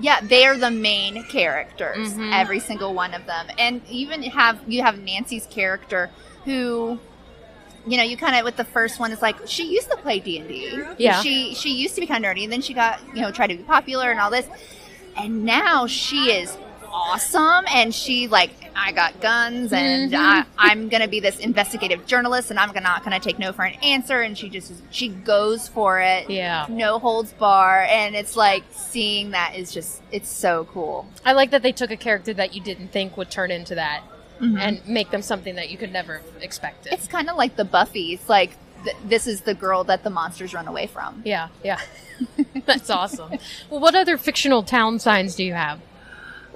Yeah, they are the main characters.
Mhm.
Every single one of them, and even have you have Nancy's character who. You know, you kind of with the first one, it's like she used to play D and D.
Yeah.
she she used to be kind of nerdy, and then she got you know tried to be popular and all this, and now she is awesome, and she like I got guns, and
Mm-hmm.
Mhm.
I, I'm gonna be this investigative journalist, and I'm gonna- not gonna take no for an answer, and she just she goes for it,
Yeah.
no holds bar, and it's like seeing that is just it's so cool.
I like that they took a character that you didn't think would turn into that
Mhm.
and make them something that you could never have expected.
It's kind of like the Buffy. It's like th- this is the girl that the monsters run away from.
Yeah, yeah. That's awesome. Well, what other fictional town signs do you have?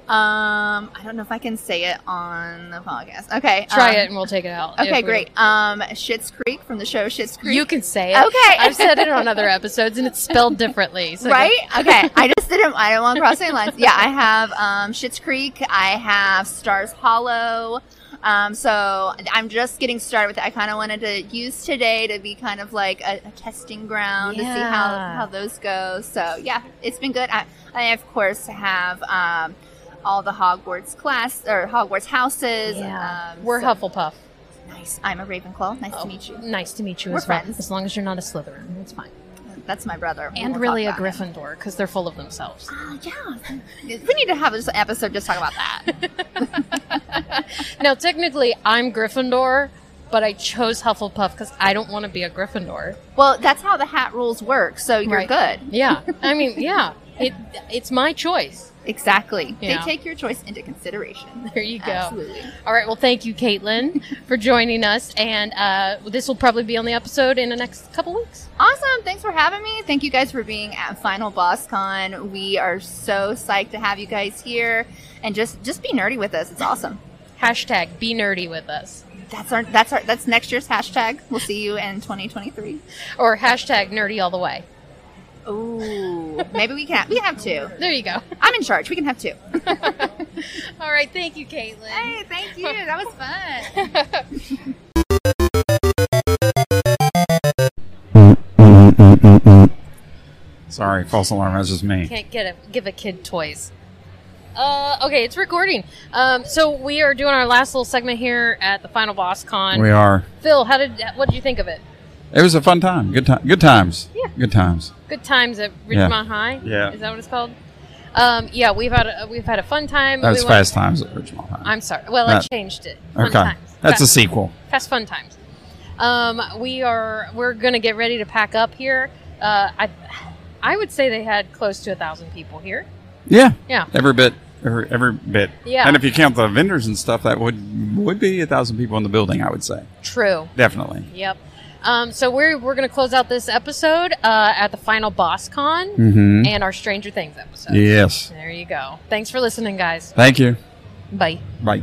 Um, I don't know if I can say it on the podcast. Okay,
Try
um,
it and we'll take it out.
Okay,
if we-
great. Um, Shit's Creek from the show Shit's Creek.
You can say it.
Okay,
I've said it on other episodes and it's spelled differently. so-
right? Okay, I just didn't. I don't want to cross any lines. Yeah, I have um, Shit's Creek. I have Stars Hollow. Um, so I'm just getting started with it. I kind of wanted to use today to be kind of like a, a testing ground to see
Yeah.
how how those go. So yeah, it's been good. I, I of course have. Um, all the Hogwarts class or Hogwarts houses.
Yeah.
Um,
We're
so-
Hufflepuff. Oh.
Nice. I'm a Ravenclaw. Nice to meet you.
Nice to meet you
We're
as well.
friends.
As long as you're not a Slytherin, that's fine.
That's my brother. We
And
won't
really a
talk about
Gryffindor because they're full of themselves.
him. Oh, yeah. We need to have this episode just talk about that.
now, technically, I'm Gryffindor, but I chose Hufflepuff because I don't want to be a Gryffindor.
Well, that's how the hat rules work, so you're
Right.
good.
Yeah, I mean, yeah, it, it's my choice.
Exactly.
Yeah.
They take your choice into consideration.
There you go.
Absolutely.
All right. Well, thank you, Caitlin, for joining us, and uh, this will probably be on the episode in the next couple weeks.
Awesome. Thanks for having me. Thank you guys for being at Final Boss Con. We are so psyched to have you guys here and just just be nerdy with us. It's awesome.
Hashtag be nerdy with us,
That's our that's our that's next year's hashtag. We'll see you in 2023.
or hashtag nerdy all the way.
Ooh, maybe we can we can have two.
There you go.
I'm in charge. We can have two.
All right. Thank you, Caitlin.
Hey, thank you. That was fun.
Sorry, false alarm. That's just me.
Can't get a, give a kid toys. Uh, okay, it's recording. Um, so we are doing our last little segment here at the Final Boss Con.
We are.
Phil, how did what did you think of it?
It was a fun time. Good time. Good times.
Yeah.
Good times.
Good times at
Yeah.
Richmond High.
Yeah.
is that what it's called? Um, yeah, we've had a, we've had a fun time.
That was
We went-
fast times at Richmond High.
I'm sorry. Well,
That-
I changed it. Fun
Okay,
times.
that's a
Fast-
sequel.
Fast fun times. Um, we are we're gonna get ready to pack up here. Uh, I I would say they had close to a thousand people here.
Yeah.
Yeah.
Every bit. Every, every bit.
Yeah.
And if you count the vendors and stuff, that would would be a thousand people in the building. I would say.
True.
Definitely.
Yep. Um, so we're we're gonna close out this episode uh, at the final boss con
Mhm.
and our Stranger Things episode.
Yes.
There you go. Thanks for listening, guys.
Thank you.
Bye.
Bye.